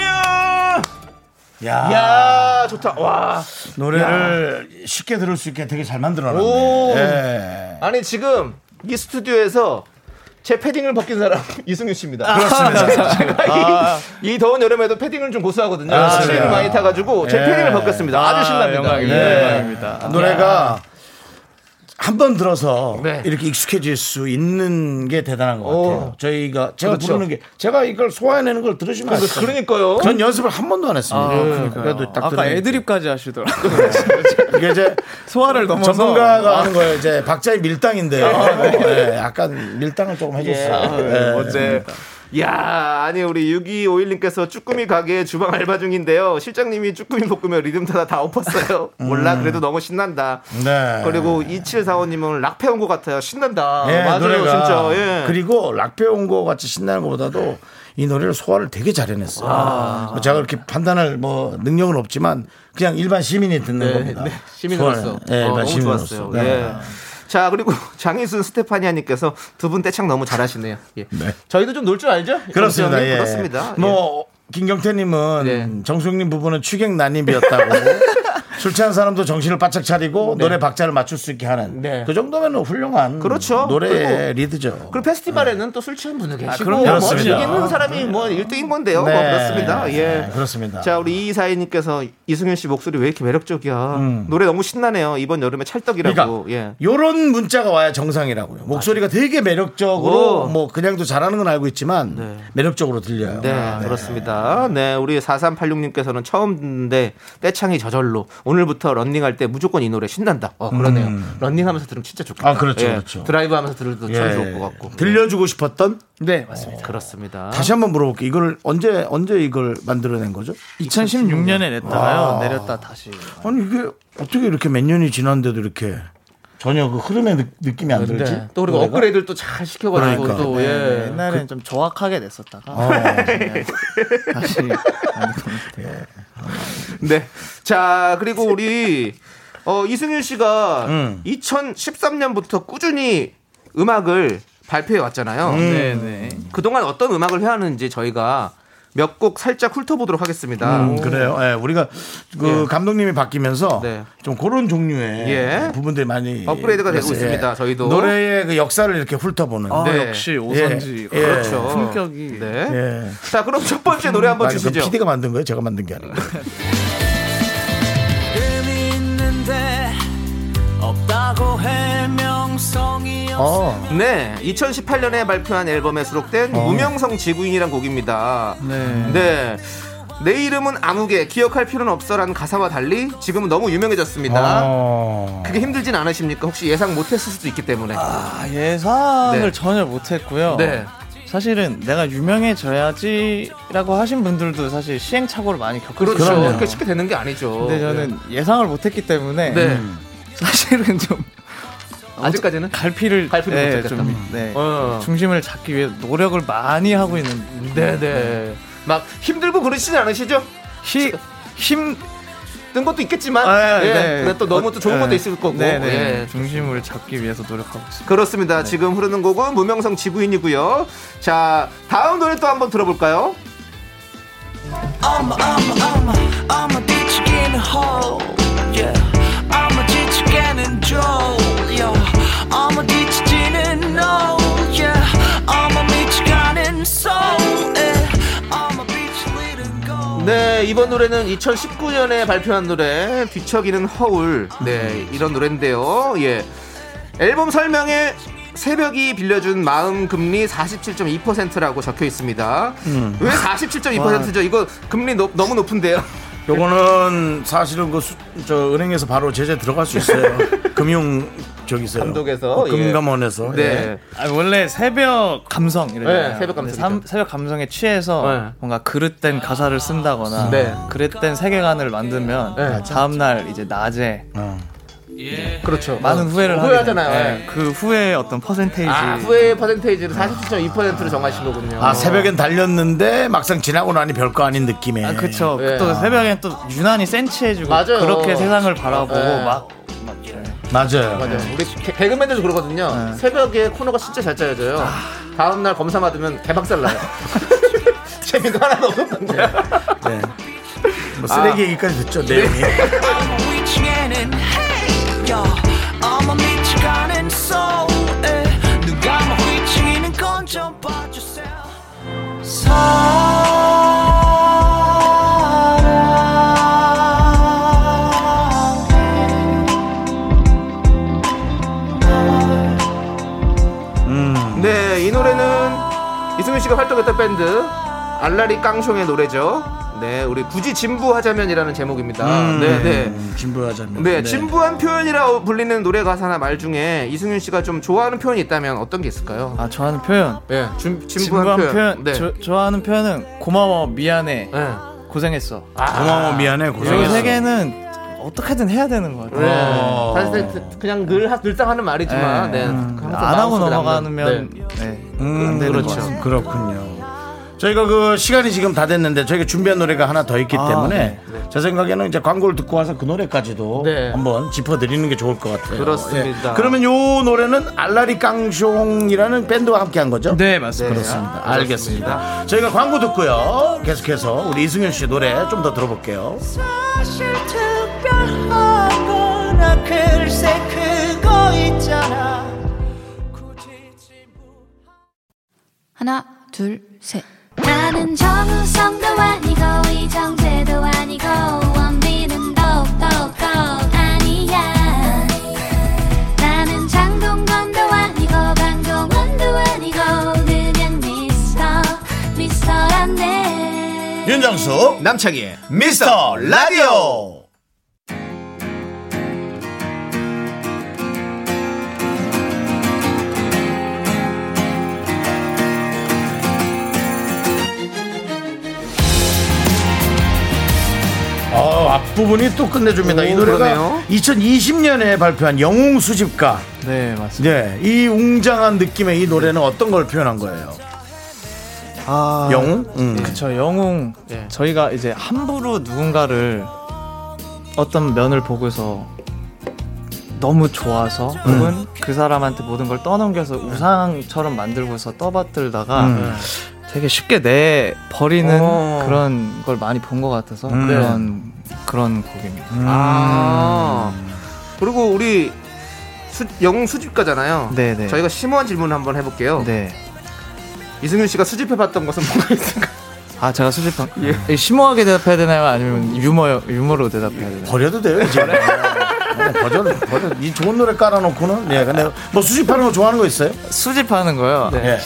Speaker 2: 아,
Speaker 1: 야,
Speaker 2: 야 아, 좋다 와
Speaker 1: 노래를 쉽게 들을 수 있게 되게 잘 만들어놨네.
Speaker 2: 오.
Speaker 1: 예.
Speaker 2: 아니 지금 이 스튜디오에서 제 패딩을 벗긴 사람 이승윤 씨입니다.
Speaker 1: 아, 그렇습니다.
Speaker 2: 제가 이- 이, 더운 여름에도 패딩을 좀 고수하거든요.
Speaker 1: 아,
Speaker 2: 스트를
Speaker 1: 그래요?
Speaker 2: 많이 타가지고 제
Speaker 1: 예.
Speaker 2: 패딩을 벗겼습니다. 아주 신납니다.
Speaker 5: 영광입니다.
Speaker 2: 예.
Speaker 5: 영광입니다.
Speaker 1: 네. 노래가 한 번 들어서
Speaker 2: 네.
Speaker 1: 이렇게 익숙해질 수 있는 게 대단한 것 같아요.
Speaker 2: 오.
Speaker 1: 저희가 제가
Speaker 2: 그렇죠.
Speaker 1: 부르는 게 제가 이걸 소화해내는 걸 들으시면 아시죠?
Speaker 2: 그러니까요. 아,
Speaker 1: 전 연습을 한 번도 안 했습니다. 네. 그래도 딱 그러니까.
Speaker 5: 아까
Speaker 1: 들으니까.
Speaker 5: 애드립까지 하시더라고요.
Speaker 1: 이게 이제
Speaker 5: 소화를 넘어서 아,
Speaker 1: 전문가가
Speaker 2: 아.
Speaker 1: 하는 거예요. 이제 박자의 밀당인데 예, 약간 밀당을 조금 해줬어요. 예.
Speaker 2: 아, 어제 야 아니 우리 6251님께서 쭈꾸미 가게 주방 알바 중인데요 실장님이 쭈꾸미 볶으며 리듬 타다 다 엎었어요 몰라 그래도 너무 신난다
Speaker 1: 음. 네.
Speaker 2: 그리고 2745님은 락패 온 것 같아요 신난다
Speaker 1: 예,
Speaker 2: 맞아요
Speaker 1: 노래가.
Speaker 2: 진짜 예.
Speaker 1: 그리고 락배 온거 같이 신나는 것보다도 이 노래를 소화를 되게 잘 해냈어요. 뭐 제가 그렇게 판단할 뭐 능력은 없지만 그냥 일반 시민이 듣는 겁니다.
Speaker 2: 네, 시민으로서
Speaker 1: 소화를. 예,
Speaker 2: 어,
Speaker 1: 일반
Speaker 2: 너무
Speaker 1: 시민으로서.
Speaker 2: 좋았어요. 예. 자 그리고 장희순 스테파니아님께서 두 분 떼창 너무 잘하시네요. 예.
Speaker 1: 네.
Speaker 2: 저희도 좀 놀 줄 알죠?
Speaker 1: 그렇습니다.
Speaker 2: 형님?
Speaker 1: 예.
Speaker 2: 그렇습니다.
Speaker 1: 뭐 김경태님은
Speaker 2: 네.
Speaker 1: 정수영님 부부는 추객 난임이었다고. 술 취한 사람도 정신을 바짝 차리고 노래 박자를 맞출 수 있게 하는
Speaker 2: 네.
Speaker 1: 그 정도면 훌륭한
Speaker 2: 그렇죠.
Speaker 1: 노래의
Speaker 2: 그리고-
Speaker 1: 리드죠.
Speaker 2: 그리고 페스티벌에는 또 술 취한 분도 계시고 뭐
Speaker 5: 그럼요.
Speaker 1: 네. 아, 그렇습니다.
Speaker 2: 즐기는 사람이 뭐 1등인 건데요. 뭐 그렇습니다. 예.
Speaker 1: 네, 그렇습니다.
Speaker 2: 자 우리 이사희님께서 이승윤 씨 목소리 왜 이렇게 매력적이야? 노래 너무 신나네요. 이번 여름에 찰떡이라고.
Speaker 1: 음. 그러니까
Speaker 2: 예.
Speaker 1: 요런 문자가 와야 정상이라고요. 목소리가 되게 매력적으로
Speaker 2: 오.
Speaker 1: 뭐 그냥도 잘하는 건 알고 있지만 매력적으로 들려요. 아,
Speaker 2: 네, 그렇습니다. 네, 우리 4386님께서는 처음 듣는데 떼창이 저절로 오늘부터 런닝할 때 무조건 이 노래 신난다. 어, 그러네요. 런닝하면서 들으면 진짜
Speaker 1: 음.
Speaker 2: 좋겠다. 예,
Speaker 1: 아, 그렇죠, 그렇죠.
Speaker 2: 드라이브하면서 들어도 참
Speaker 1: 예.
Speaker 2: 좋을 것 같고. 아.
Speaker 1: 들려주고 싶었던
Speaker 5: 네 맞습니다.
Speaker 2: 그렇습니다.
Speaker 1: 다시 한번 물어볼게요. 이걸 언제 언제 이걸 만들어낸 거죠?
Speaker 5: 2016년에
Speaker 1: 아.
Speaker 5: 냈다가요 내렸다 다시.
Speaker 1: 아니 이게 어떻게 이렇게 몇 년이 지났는데도 이렇게 전혀 그 흐름의 느, 느낌이 안 들지?
Speaker 2: 또 그리고 업그레이드를 또 잘 시켜가지고
Speaker 1: 그러니까.
Speaker 2: 또 예.
Speaker 5: 네, 옛날에는 좀 정확하게 냈었다가 네, 다시
Speaker 2: 네. 자, 그리고 우리 어, 이승윤 씨가
Speaker 1: 음.
Speaker 2: 2013년부터 꾸준히 음악을 발표해
Speaker 1: 음.
Speaker 2: 왔잖아요.
Speaker 5: 네네
Speaker 2: 그동안 어떤 음악을 해왔는지 저희가 몇 곡 살짝 훑어보도록 하겠습니다.
Speaker 1: 음, 그래요. 예, 우리가 그
Speaker 2: 예.
Speaker 1: 감독님이 바뀌면서
Speaker 2: 네.
Speaker 1: 좀 그런 종류의
Speaker 2: 예.
Speaker 1: 부분들이 많이
Speaker 2: 업그레이드가 되고
Speaker 1: 그랬어요.
Speaker 2: 있습니다, 저희도.
Speaker 1: 노래의 그 역사를 이렇게 훑어보는.
Speaker 5: 아,
Speaker 2: 네.
Speaker 5: 역시 오선지
Speaker 1: 예.
Speaker 5: 그렇죠.
Speaker 2: 그렇죠.
Speaker 5: 품격이.
Speaker 2: 네.
Speaker 1: 예.
Speaker 2: 자, 그럼 첫 번째 노래 한번 주시죠. 네.
Speaker 1: PD가 만든 거예요? 제가 만든 게 아니고. 어.
Speaker 2: 네, 2018년에 발표한 앨범에 수록된 무명성 지구인이란 곡입니다.
Speaker 5: 네.
Speaker 2: 네. 내 이름은 아무개 기억할 필요는 없어라는 가사와 달리 지금은 너무 유명해졌습니다.
Speaker 1: 어.
Speaker 2: 그게 힘들진 않으십니까? 혹시 예상 못했을 수도 있기 때문에.
Speaker 5: 아, 예상을
Speaker 2: 네.
Speaker 5: 전혀 못했고요.
Speaker 2: 네.
Speaker 5: 사실은 내가 유명해져야지라고 하신 분들도 사실 시행착오를 많이 겪으셨죠.
Speaker 2: 그렇죠.
Speaker 1: 그럼요.
Speaker 2: 그렇게 쉽게 되는 게 아니죠.
Speaker 5: 근데 저는 예상을 못했기 때문에
Speaker 2: 네.
Speaker 5: 사실은 좀
Speaker 2: 아직까지는
Speaker 5: 갈피를,
Speaker 2: 갈피를
Speaker 5: 네,
Speaker 2: 못했겠다.
Speaker 5: 좀, 네,
Speaker 2: 어.
Speaker 5: 중심을 잡기 위해 노력을 많이 하고 있는
Speaker 2: 네, 네. 막 힘들고 그러시진 않으시죠?
Speaker 5: 힘 힘,
Speaker 2: 뜬 것도 있겠지만,
Speaker 5: 아,
Speaker 2: 예.
Speaker 5: 네.
Speaker 2: 근데 또 너무 또 좋은
Speaker 5: 어,
Speaker 2: 것도
Speaker 5: 네.
Speaker 2: 있을 거고,
Speaker 5: 네, 네.
Speaker 2: 예.
Speaker 5: 중심을 잡기 위해서 노력하고 있습니다.
Speaker 2: 그렇습니다. 지금 흐르는 곡은 무명성 지구인이고요. 자, 다음 노래 또 한번 들어볼까요?
Speaker 6: I'm a, I'm a, I'm a, I'm a 뒤치기는 hoe, yeah. I'm a 뒤치게는 Joel, yeah. I'm a oh, 뒤치지는 no, yeah. I'm a 미치가는 soul, yeah.
Speaker 2: 네 이번 노래는 2019년에 발표한 노래 뒤척이는 허울 네 이런 노래인데요 예 앨범 설명에 새벽이 빌려준 마음 금리 47.2%라고 적혀 있습니다 왜 47.2%죠 이거 금리 높- 너무 높은데요
Speaker 1: 요거는 사실은 그 수, 저 은행에서 바로 제재 들어갈 수 있어요. 금융 저기서
Speaker 2: 감독에서, 예.
Speaker 1: 금감원에서 예.
Speaker 2: 네
Speaker 5: 아, 원래 새벽 감성 이래요.
Speaker 2: 네, 새벽 감성이죠.
Speaker 5: 새벽 감성에 취해서
Speaker 2: 네.
Speaker 5: 뭔가 그릇된 가사를 쓴다거나
Speaker 2: 네.
Speaker 5: 그릇된 세계관을 만들면
Speaker 2: 네.
Speaker 5: 다음 날 이제 낮에
Speaker 1: 어.
Speaker 2: 그렇죠
Speaker 5: 많은 후회를 하게
Speaker 2: 후회하잖아요
Speaker 5: 돼요.
Speaker 2: 예.
Speaker 5: 네, 그 후회의 어떤 퍼센테이지.
Speaker 2: 아 후회 퍼센테이지를 47.2%로 정하신 거군요
Speaker 1: 아 새벽엔 달렸는데 막상 지나고 나니 별거 아닌 느낌에.
Speaker 5: 아, 그쵸.
Speaker 2: 예.
Speaker 5: 또 새벽엔 또 유난히 센치해지고
Speaker 2: 맞아요.
Speaker 5: 그렇게 세상을 바라보고
Speaker 2: 예.
Speaker 5: 막
Speaker 1: 맞아요.
Speaker 2: 맞아요. 우리 개- 개그맨들도 그러거든요. 새벽에 코너가 진짜 잘 짜여져요. 다음날 검사 받으면 개박살 나요. 재미가 하나도 없는 거야.
Speaker 1: 네. 뭐 쓰레기 얘기까지 듣죠 내용이.
Speaker 6: I'm reaching in and hey, yo. I'm a 미치가는 soul. 에. 누가 뭐 reaching in and 건져 봐주세요.
Speaker 2: 네, 이 노래는 이승윤 씨가 활동했던 밴드 알라리 깡숑의 노래죠. 네, 우리 굳이 진부하자면이라는 제목입니다. 네, 네.
Speaker 1: 음, 진부하자면.
Speaker 2: 네, 진부한 표현이라고 불리는 노래 가사나 말 중에 이승윤 씨가 좀 좋아하는 표현이 있다면 어떤 게 있을까요?
Speaker 5: 아 좋아하는 표현.
Speaker 2: 예, 진, 진부한,
Speaker 5: 진부한
Speaker 2: 표현.
Speaker 5: 표현.
Speaker 2: 네.
Speaker 5: 저- 좋아하는 표현은 고마워, 미안해,
Speaker 2: 네.
Speaker 5: 고생했어.
Speaker 2: 아,
Speaker 1: 아, 고마워 미안해
Speaker 5: 이
Speaker 1: 고생했어.
Speaker 5: 세 개는 어떻게든 해야 되는 것 같아요.
Speaker 2: 예.
Speaker 1: 어.
Speaker 2: 사실 네. 그냥 늘 하- 늘상 하는 말이지만 네. 항상
Speaker 5: 안 하고
Speaker 2: 마음속에 남는,
Speaker 5: 넘어가면
Speaker 2: 네.
Speaker 5: 네.
Speaker 1: 음, 그렇죠. 그렇군요. 저희가 그 시간이 지금 다 됐는데 저희가 준비한 노래가 하나 더 있기 때문에 제 생각에는 이제 광고를 듣고 와서 그 노래까지도
Speaker 2: 네.
Speaker 1: 한번 짚어드리는 게 좋을 것 같아요.
Speaker 2: 그렇습니다.
Speaker 1: 예. 그러면 요 노래는 알라리 깡숑이라는 밴드와 함께 한 거죠?
Speaker 5: 네 맞습니다.
Speaker 1: 아, 그렇습니다. 알겠습니다. 저희가 광고 듣고요. 계속해서 우리 이승현 씨 노래 좀 더 들어볼게요.
Speaker 6: 사실 특별하거나 글쎄 그거 있잖아. 굳이 진부.
Speaker 7: 하나, 둘, 셋.
Speaker 3: 나는 정우성도 아니고 이정재도 아니고 원빈은 더욱더 아니야 나는 장동건도 아니고 강동원도 아니고 그냥 미스터 미스터란데
Speaker 1: 윤정수
Speaker 2: 남창희의
Speaker 1: 미스터 라디오. 어, 앞부분이 또 끝내줍니다. 이
Speaker 2: 오,
Speaker 1: 노래가
Speaker 2: 그러네요.
Speaker 1: 2020년에 발표한 영웅 수집가.
Speaker 5: 네 맞습니다.
Speaker 1: 네, 이 웅장한 느낌의 이 노래는 어떤 걸 표현한 거예요?
Speaker 5: 아,
Speaker 1: 영웅? 음.
Speaker 5: 그쵸 영웅.
Speaker 2: 네.
Speaker 5: 저희가 이제 함부로 누군가를 어떤 면을 보고서 너무 좋아서 혹은 그 사람한테 모든 걸 떠넘겨서 우상처럼 만들고서 떠받들다가
Speaker 1: 음.
Speaker 5: 되게 쉽게 내 버리는
Speaker 2: 어.
Speaker 5: 그런 걸 많이 본 것 같아서
Speaker 1: 음.
Speaker 5: 그런 그런 곡입니다.
Speaker 2: 음. 아 그리고 우리 수, 영웅 수집가잖아요.
Speaker 5: 네네.
Speaker 2: 저희가 심오한 질문을 한번 해볼게요.
Speaker 5: 네.
Speaker 2: 이승윤 씨가 수집해봤던 것은 뭐가 있을까?
Speaker 5: 아 제가 수집한 예. 심오하게 대답해야 되나요? 아니면 유머 유머로 대답해야 되나요?
Speaker 1: 버려도 돼요 이제. 어, 버려 버려. 이 좋은 노래 깔아놓고는 예 근데 뭐 수집하는 거 좋아하는 거 있어요?
Speaker 5: 수집하는 거요.
Speaker 2: 네.
Speaker 1: 예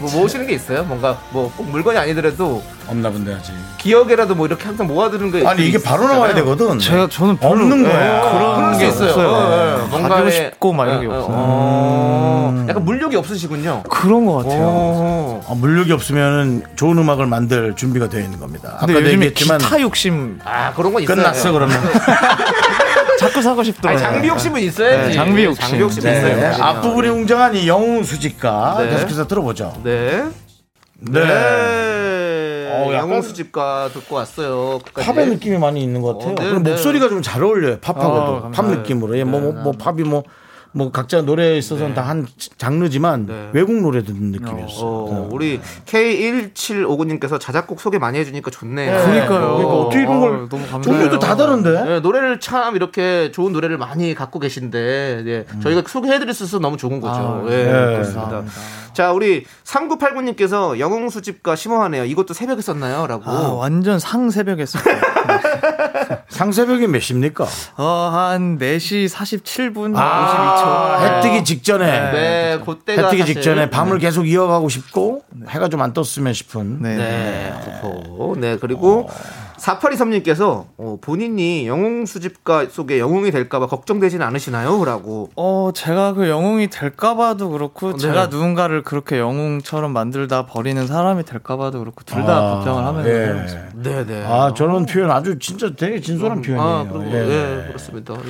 Speaker 2: 뭐 모으시는 게 있어요? 뭔가 뭐 꼭 물건이 아니더라도
Speaker 1: 없나 본데 아직.
Speaker 2: 기억에라도 뭐 이렇게 항상 모아두는 게
Speaker 1: 아니 이게 바로 나와야 되거든.
Speaker 5: 제가 저는 별로 네.
Speaker 1: 없는 거야.
Speaker 5: 아, 그런
Speaker 2: 그럴 수
Speaker 5: 게
Speaker 2: 있어요.
Speaker 5: 없어요.
Speaker 2: 어, 어,
Speaker 5: 네.
Speaker 2: 뭔가에-
Speaker 5: 가지고 싶고 막 이런 게
Speaker 2: 어, 어,
Speaker 5: 없어요. 음.
Speaker 2: 어. 약간 물욕이 없으시군요.
Speaker 5: 그런 것 같아요.
Speaker 2: 오.
Speaker 1: 아, 물력이 없으면 좋은 음악을 만들 준비가 되어 있는 겁니다.
Speaker 5: 근데
Speaker 1: 아까도
Speaker 5: 요즘에
Speaker 1: 얘기했지만
Speaker 5: 기타 욕심
Speaker 2: 아 그런 건 있어요.
Speaker 1: 끝났어 그러면.
Speaker 5: 자꾸 사고 싶더라고요.
Speaker 2: 아니, 장비 욕심은 있어야지.
Speaker 5: 네, 장비 욕심.
Speaker 2: 장비 욕심이
Speaker 5: 네.
Speaker 1: 네.
Speaker 2: 있어요.
Speaker 1: 앞부분이 웅장한 이 영웅 수집가
Speaker 2: 네.
Speaker 1: 계속해서 들어보죠.
Speaker 2: 네.
Speaker 1: 네. 어우, 약간-
Speaker 2: 양홍수 집가 듣고 왔어요. 끝까지.
Speaker 1: 팝의
Speaker 5: 네.
Speaker 1: 느낌이 많이 있는 것 같아요.
Speaker 2: 어, 네,
Speaker 1: 그리고
Speaker 2: 네.
Speaker 1: 목소리가 좀 잘 어울려요. 팝하고도
Speaker 5: 어,
Speaker 1: 팝
Speaker 5: 감사합니다.
Speaker 1: 느낌으로. 예, 뭐, 뭐, 뭐 팝이 뭐, 뭐 각자 노래에
Speaker 5: 네.
Speaker 1: 있어서는 다 한 장르지만
Speaker 2: 네.
Speaker 1: 외국 노래 듣는 느낌이었어요. 네.
Speaker 2: 어, 우리 K1759님께서 자작곡 소개 많이 해주니까 좋네요.
Speaker 5: 그러니까요.
Speaker 1: 그러니까 어떻게 이런 걸
Speaker 5: 어, 너무 감사해요.
Speaker 1: 종류도 다 다른데.
Speaker 2: 네, 노래를 참 이렇게 좋은 노래를 많이 갖고 계신데 예, 저희가 소개해드릴 수 있어서 너무 좋은 거죠.
Speaker 5: 아,
Speaker 1: 음.
Speaker 2: 예,
Speaker 1: 네.
Speaker 2: 그렇습니다. 자, 우리 3989님께서 영웅수집과 심오하네요. 이것도 새벽에 썼나요? 라고.
Speaker 5: 아, 완전 상새벽에 썼어요.
Speaker 1: 상새벽이 몇 시입니까?
Speaker 5: 어, 한 4시 47분
Speaker 1: 아,
Speaker 5: 52초.
Speaker 1: 해 뜨기 직전에.
Speaker 2: 네, 그때가.
Speaker 1: 해 뜨기
Speaker 2: 사실-
Speaker 1: 직전에 밤을 계속 이어가고 싶고 해가 좀 안 떴으면 싶은.
Speaker 5: 네.
Speaker 2: 네, 그렇고. 네, 그리고 4823님께서 어, 본인이 영웅 수집가 속에 영웅이 될까봐 걱정되진 않으시나요? 라고.
Speaker 5: 어, 제가 그 영웅이 될까봐도 그렇고,
Speaker 2: 네.
Speaker 5: 제가 누군가를 그렇게 영웅처럼 만들다 버리는 사람이 될까봐도 그렇고, 둘 다
Speaker 1: 아,
Speaker 5: 걱정을 하면서.
Speaker 1: 예.
Speaker 5: 살고 있어요.
Speaker 2: 네, 네.
Speaker 1: 아, 저런 표현 아주 진짜 되게 진솔한
Speaker 2: 아,
Speaker 1: 표현이에요.
Speaker 2: 그리고
Speaker 1: 예.
Speaker 2: 예, 그렇습니다. 예.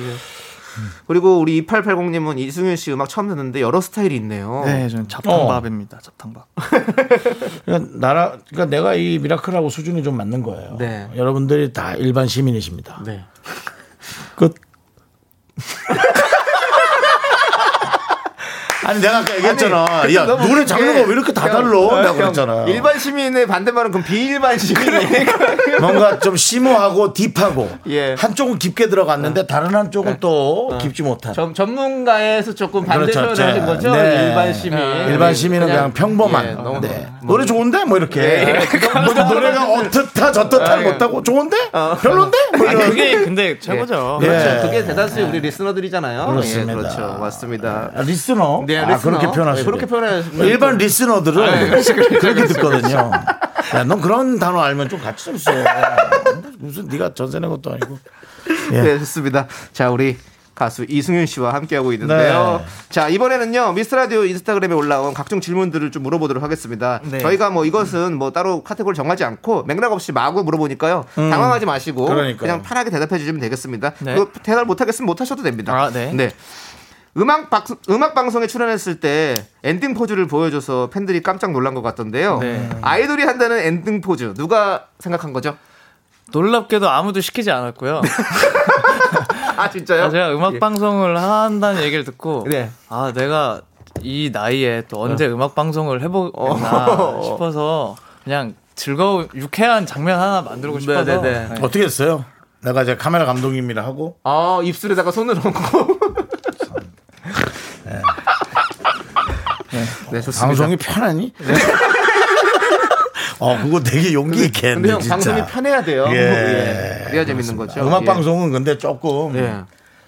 Speaker 2: 그리고 우리 2880님은 이승윤 씨 음악 처음 듣는데 여러 스타일이 있네요.
Speaker 5: 네, 저는 잡탕밥입니다, 잡탕밥.
Speaker 1: 그러니까 나라, 그러니까 내가 이 미라클하고 수준이 좀 맞는 거예요.
Speaker 2: 네.
Speaker 1: 여러분들이 다 일반 시민이십니다.
Speaker 2: 네.
Speaker 1: 끝. 아니 내가 아까 얘기했잖아.
Speaker 2: 아니,
Speaker 1: 야
Speaker 2: 너무
Speaker 1: 노래
Speaker 2: 그러니까 뭐 그게-
Speaker 1: 장르가 왜 그러니까 뭐 이렇게 다
Speaker 2: 형,
Speaker 1: 달라? 내가
Speaker 2: 형,
Speaker 1: 그랬잖아.
Speaker 2: 일반 시민의 반대말은 그럼 비일반 시민이니까.
Speaker 1: 뭔가 좀 심오하고 딥하고
Speaker 2: 예.
Speaker 1: 한쪽은 깊게 들어갔는데 다른 한쪽은 또 깊지 못한.
Speaker 2: 전- 전문가에서 조금 반대
Speaker 1: 그렇죠.
Speaker 2: 표현을
Speaker 1: 제-
Speaker 2: 하신 거죠?
Speaker 1: 네.
Speaker 2: 일반 시민.
Speaker 1: 일반 시민은 그냥, 평범한.
Speaker 2: 예, 너무- 예,
Speaker 1: 네. 노래 좋은데 뭐 이렇게. 뭐 노래가 어떻다 저떻다
Speaker 2: 아,
Speaker 1: 못하고 좋은데
Speaker 2: 어.
Speaker 1: 별론데 뭐 이런.
Speaker 5: 그게 근데 최고죠.
Speaker 1: 예.
Speaker 2: 그렇죠. 그게 대다수의 우리 리스너들이잖아요.
Speaker 1: 그렇습니다.
Speaker 2: 예, 그렇죠. 맞습니다.
Speaker 1: 아, 리스너.
Speaker 2: 네,
Speaker 1: 아,
Speaker 2: 리스너.
Speaker 1: 그렇게 표현하시죠.
Speaker 2: 네, 그렇게 아, 예. 표현하시면
Speaker 1: 일반 리스너들은 그렇게 듣거든요. 야, 넌 그런 단어 알면 좀 같이 좀 써. 무슨 네가 전세 낸 것도 아니고. 예.
Speaker 2: 네, 좋습니다. 자, 우리 가수 이승윤 씨와 함께하고 있는데요.
Speaker 1: 네.
Speaker 2: 자, 이번에는요, 미스라디오 인스타그램에 올라온 각종 질문들을 좀 물어보도록 하겠습니다.
Speaker 5: 네.
Speaker 2: 저희가 뭐 이것은 뭐 따로 카테고리를 정하지 않고 맥락 없이 마구 물어보니까요. 당황하지 마시고
Speaker 1: 음. 그러니까요.
Speaker 2: 그냥 편하게 대답해 주시면 되겠습니다.
Speaker 5: 네.
Speaker 2: 그리고 대답 못하겠으면 못하셔도 됩니다.
Speaker 5: 아, 네.
Speaker 2: 음악, 박, 음악 방송에 출연했을 때 엔딩 포즈를 보여줘서 팬들이 깜짝 놀란 것 같던데요.
Speaker 5: 네.
Speaker 2: 아이돌이 한다는 엔딩 포즈 누가 생각한 거죠?
Speaker 5: 놀랍게도 아무도 시키지 않았고요.
Speaker 2: 아 진짜요?
Speaker 5: 아, 제가 음악 방송을 한다는 얘기를 듣고
Speaker 2: 네.
Speaker 5: 아 내가 이 나이에 또 언제 음악 방송을 해보겠나
Speaker 2: 어.
Speaker 5: 싶어서 그냥 즐거운 유쾌한 장면 하나 만들고 싶어서
Speaker 2: 네, 네.
Speaker 5: 네.
Speaker 1: 어떻게 했어요? 내가 이제 카메라 감독님이라 하고
Speaker 2: 아 입술에다가 손을 얹고 네 좋습니다 네.
Speaker 1: 방송이 편하니? 어 그거 되게 용기 있게
Speaker 2: 근데
Speaker 1: 했네
Speaker 2: 형
Speaker 1: 진짜.
Speaker 2: 방송이 편해야 돼요
Speaker 1: 예.
Speaker 2: 예. 그래야 재밌는 거죠
Speaker 1: 음악
Speaker 2: 예.
Speaker 1: 방송은 근데 조금
Speaker 2: 예.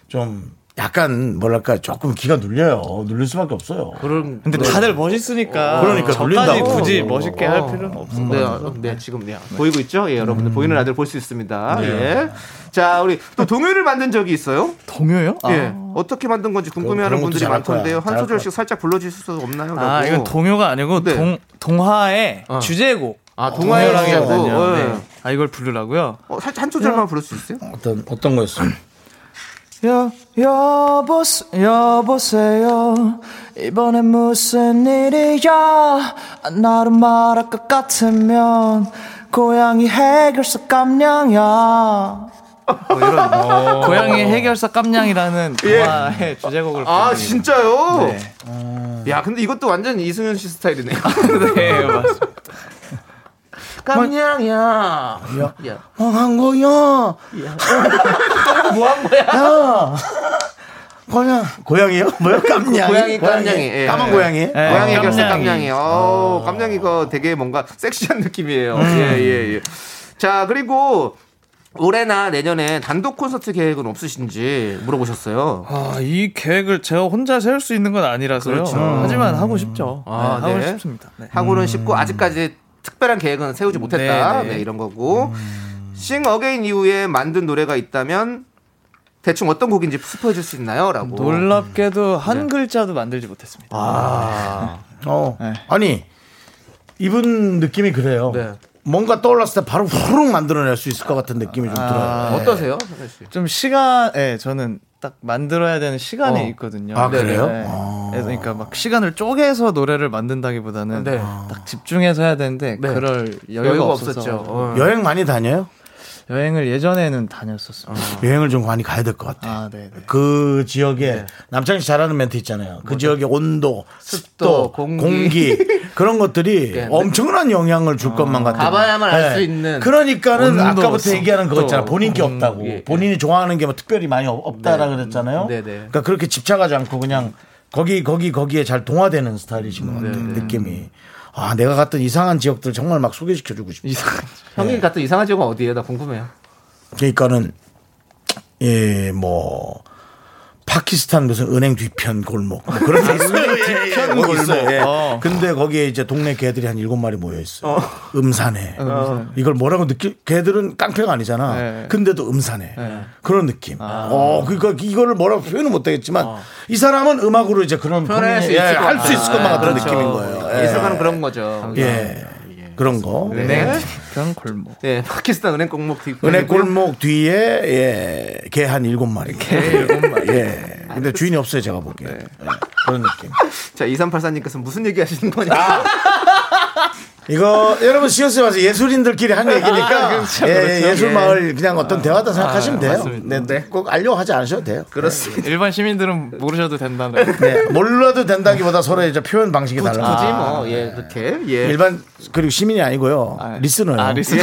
Speaker 1: 좀 약간 뭐랄까 조금 기가 눌려요. 눌릴 수밖에 없어요.
Speaker 2: 그런
Speaker 5: 근데 다들 멋있으니까
Speaker 1: 그러니까
Speaker 5: 저까지
Speaker 1: 놀린다고.
Speaker 5: 굳이 멋있게 할
Speaker 2: 어.
Speaker 5: 필요는 없어
Speaker 2: 네, 어, 네 지금 네. 보이고 있죠 예 여러분들
Speaker 1: 음.
Speaker 2: 보이는 아들 볼 수 있습니다
Speaker 1: 네.
Speaker 2: 예. 자 우리 또 동요를 만든 적이 있어요
Speaker 5: 동요요? 아.
Speaker 2: 예 어떻게 만든 건지 궁금해하는
Speaker 1: 그런 것도
Speaker 2: 분들이
Speaker 1: 잘할
Speaker 2: 많던데요
Speaker 1: 거야.
Speaker 2: 한
Speaker 1: 잘할
Speaker 2: 소절씩 살짝 불러주실 수 없나요?
Speaker 5: 아,
Speaker 2: 라고.
Speaker 5: 이건 동요가 아니고
Speaker 2: 네.
Speaker 5: 동 동화의
Speaker 2: 어.
Speaker 5: 주제곡
Speaker 2: 아 동화의
Speaker 5: 동요라고
Speaker 2: 주제고
Speaker 5: 하거든요.
Speaker 2: 예.
Speaker 5: 네. 아 이걸 부르라고요?
Speaker 2: 어, 살짝 한 소절만 부를 수 있어요?
Speaker 1: 어떤 어떤 거였어요?
Speaker 5: 여, 여보세, 여보세요. 이번엔 무슨 일이야? 나로 말할 것 같으면, 고양이 해결사 깜냥이야. 어, 고양이 해결사 깜냥이라는 영화의 주제곡을
Speaker 2: 아 진짜요?
Speaker 5: 그러니까. 네.
Speaker 2: 야 근데 이것도 완전 이승윤 씨 스타일이네요.
Speaker 5: 네, 맞습니다.
Speaker 2: 깜냥이야.
Speaker 1: 야.
Speaker 2: 야.
Speaker 1: 어, 뭐한 거야?
Speaker 2: 어, 뭐한 거야?
Speaker 1: 야 고양 고양이요? 뭐야 깜냥이?
Speaker 2: 그 고양이, 깜냥이. 예.
Speaker 1: 까만 고양이?
Speaker 5: 예.
Speaker 2: 고양이
Speaker 5: 아,
Speaker 2: 해결사
Speaker 5: 깜냥이.
Speaker 2: 깜냥이. 어, 깜냥이가 되게 뭔가 섹시한
Speaker 5: 음.
Speaker 2: 느낌이에요. 예예 예, 예. 자 그리고 올해나 내년에 단독 콘서트 계획은 없으신지 물어보셨어요.
Speaker 5: 아, 이 계획을 제가 혼자 세울 수 있는 건 아니라서요.
Speaker 2: 그렇죠.
Speaker 5: 하지만 하고 싶죠.
Speaker 2: 아,
Speaker 5: 음. 네, 하고
Speaker 2: 네.
Speaker 5: 싶습니다. 네.
Speaker 2: 하고는
Speaker 1: 음.
Speaker 2: 싶고 아직까지 특별한 계획은 세우지 못했다.
Speaker 5: 네,
Speaker 2: 네,
Speaker 5: 네.
Speaker 2: 이런 거고.
Speaker 1: 음.
Speaker 2: 싱 어게인 이후에 만든 노래가 있다면 대충 어떤 곡인지 스포해 줄 수 있나요? 라고.
Speaker 5: 놀랍게도 한 글자도 만들지 못했습니다.
Speaker 1: 어.
Speaker 5: 네.
Speaker 1: 아니 이분 느낌이 그래요.
Speaker 2: 네.
Speaker 1: 뭔가 떠올랐을 때 바로 후룩 만들어낼 수 있을 것 같은 느낌이 좀 들어요. 네.
Speaker 2: 어떠세요? 성현 씨?
Speaker 5: 좀 시간, 예, 저는 딱 만들어야 되는 시간이
Speaker 2: 어.
Speaker 5: 있거든요.
Speaker 1: 아 그래요?
Speaker 5: 네.
Speaker 1: 어.
Speaker 5: 그래서 그러니까 막 시간을 쪼개서 노래를 만든다기보다는
Speaker 2: 네.
Speaker 5: 딱 집중해서 해야 되는데
Speaker 2: 네.
Speaker 5: 그럴 여유가,
Speaker 2: 여유가
Speaker 5: 없었죠.
Speaker 2: 없었죠.
Speaker 1: 네.
Speaker 2: 어.
Speaker 1: 여행 많이 다녀요?
Speaker 5: 여행을 예전에는 다녔었어요.
Speaker 1: 여행을 좀 많이 가야 될 것 같아요.
Speaker 5: 아, 네, 네.
Speaker 1: 그 지역에
Speaker 2: 네.
Speaker 1: 남창희 씨 잘하는 멘트 있잖아요. 그 지역의 온도, 습도,
Speaker 2: 습도,
Speaker 1: 공기,
Speaker 2: 공기. 네,
Speaker 1: 그런 것들이 엄청난 영향을 줄 것만 같아요.
Speaker 2: 어,
Speaker 1: 네.
Speaker 2: 가봐야만 알수 있는
Speaker 1: 그러니까는
Speaker 5: 온도,
Speaker 1: 아까부터 얘기하는 그거
Speaker 5: 습도,
Speaker 1: 있잖아. 본인 게 없다고.
Speaker 2: 예, 예.
Speaker 1: 본인이 좋아하는 게 뭐 특별히 많이 없- 없다라 그랬잖아요.
Speaker 2: 네, 네.
Speaker 1: 그러니까 그렇게 집착하지 않고 그냥 거기 거기 거기에 잘 동화되는 스타일이신
Speaker 2: 음,
Speaker 1: 것 같아요.
Speaker 2: 네,
Speaker 1: 느낌이. 아 내가 갔던 이상한 지역들 정말 막 소개시켜주고 싶어.
Speaker 2: 이상한 형님 갔던 이상한 지역은 어디예요? 나 궁금해요.
Speaker 1: 그러니까는 예 뭐 파키스탄 무슨 은행 뒤편 골목 뭐 그런
Speaker 2: 아,
Speaker 1: 데
Speaker 2: 예,
Speaker 1: 있어요. 뒤편 골목. 어. 근데 거기에 이제 동네 개들이 한 일곱 마리 모여 있어요. 음산에 이걸 뭐라고 느낄 개들은 깡패가 아니잖아.
Speaker 5: 네.
Speaker 1: 근데도 음산에 그런 느낌.
Speaker 2: 아.
Speaker 1: 어 그러니까 이거를 뭐라고 표현은 못하겠지만 이 사람은 음악으로 이제 그런
Speaker 2: 어. 표현할 수 있을 것 같아요.
Speaker 1: 예, 할수 있을 것만 같은
Speaker 2: 그렇죠.
Speaker 1: 느낌인 거예요. 예.
Speaker 2: 예술가는 그런 거죠.
Speaker 1: 예. 그런 거.
Speaker 2: 네.
Speaker 5: 그냥 골목.
Speaker 2: 네, 파키스탄 은행 골목 뒤.
Speaker 1: 은행 골목 뒤에 예, 개 한 일곱 마리. 개 일곱 마리. 예. 근데 주인이 없어요, 제가 보기에.
Speaker 2: 네.
Speaker 1: 예, 그런 느낌.
Speaker 2: 자, 2384님께서 무슨 얘기 하시는 거냐?
Speaker 1: 아! 이거 여러분 시어스에 와서 예술인들끼리 한 얘기니까
Speaker 2: 그렇죠,
Speaker 1: 예,
Speaker 2: 그렇죠.
Speaker 1: 예술
Speaker 2: 예. 아,
Speaker 1: 마을 그냥 어떤 대화다 생각하시면 돼요. 네, 네. 꼭 알려 하지 않으셔도 돼요.
Speaker 2: 그렇습니다.
Speaker 5: 일반 시민들은 모르셔도 된다는.
Speaker 1: 네. 몰라도 된다기보다 서로 이제 표현 방식이
Speaker 2: 굳이
Speaker 1: 달라.
Speaker 2: 뭐, 예, 그렇게. 예.
Speaker 1: 일반 그리고 시민이 아니고요.
Speaker 2: 네.
Speaker 1: 리스너예요.
Speaker 5: 아, 리스.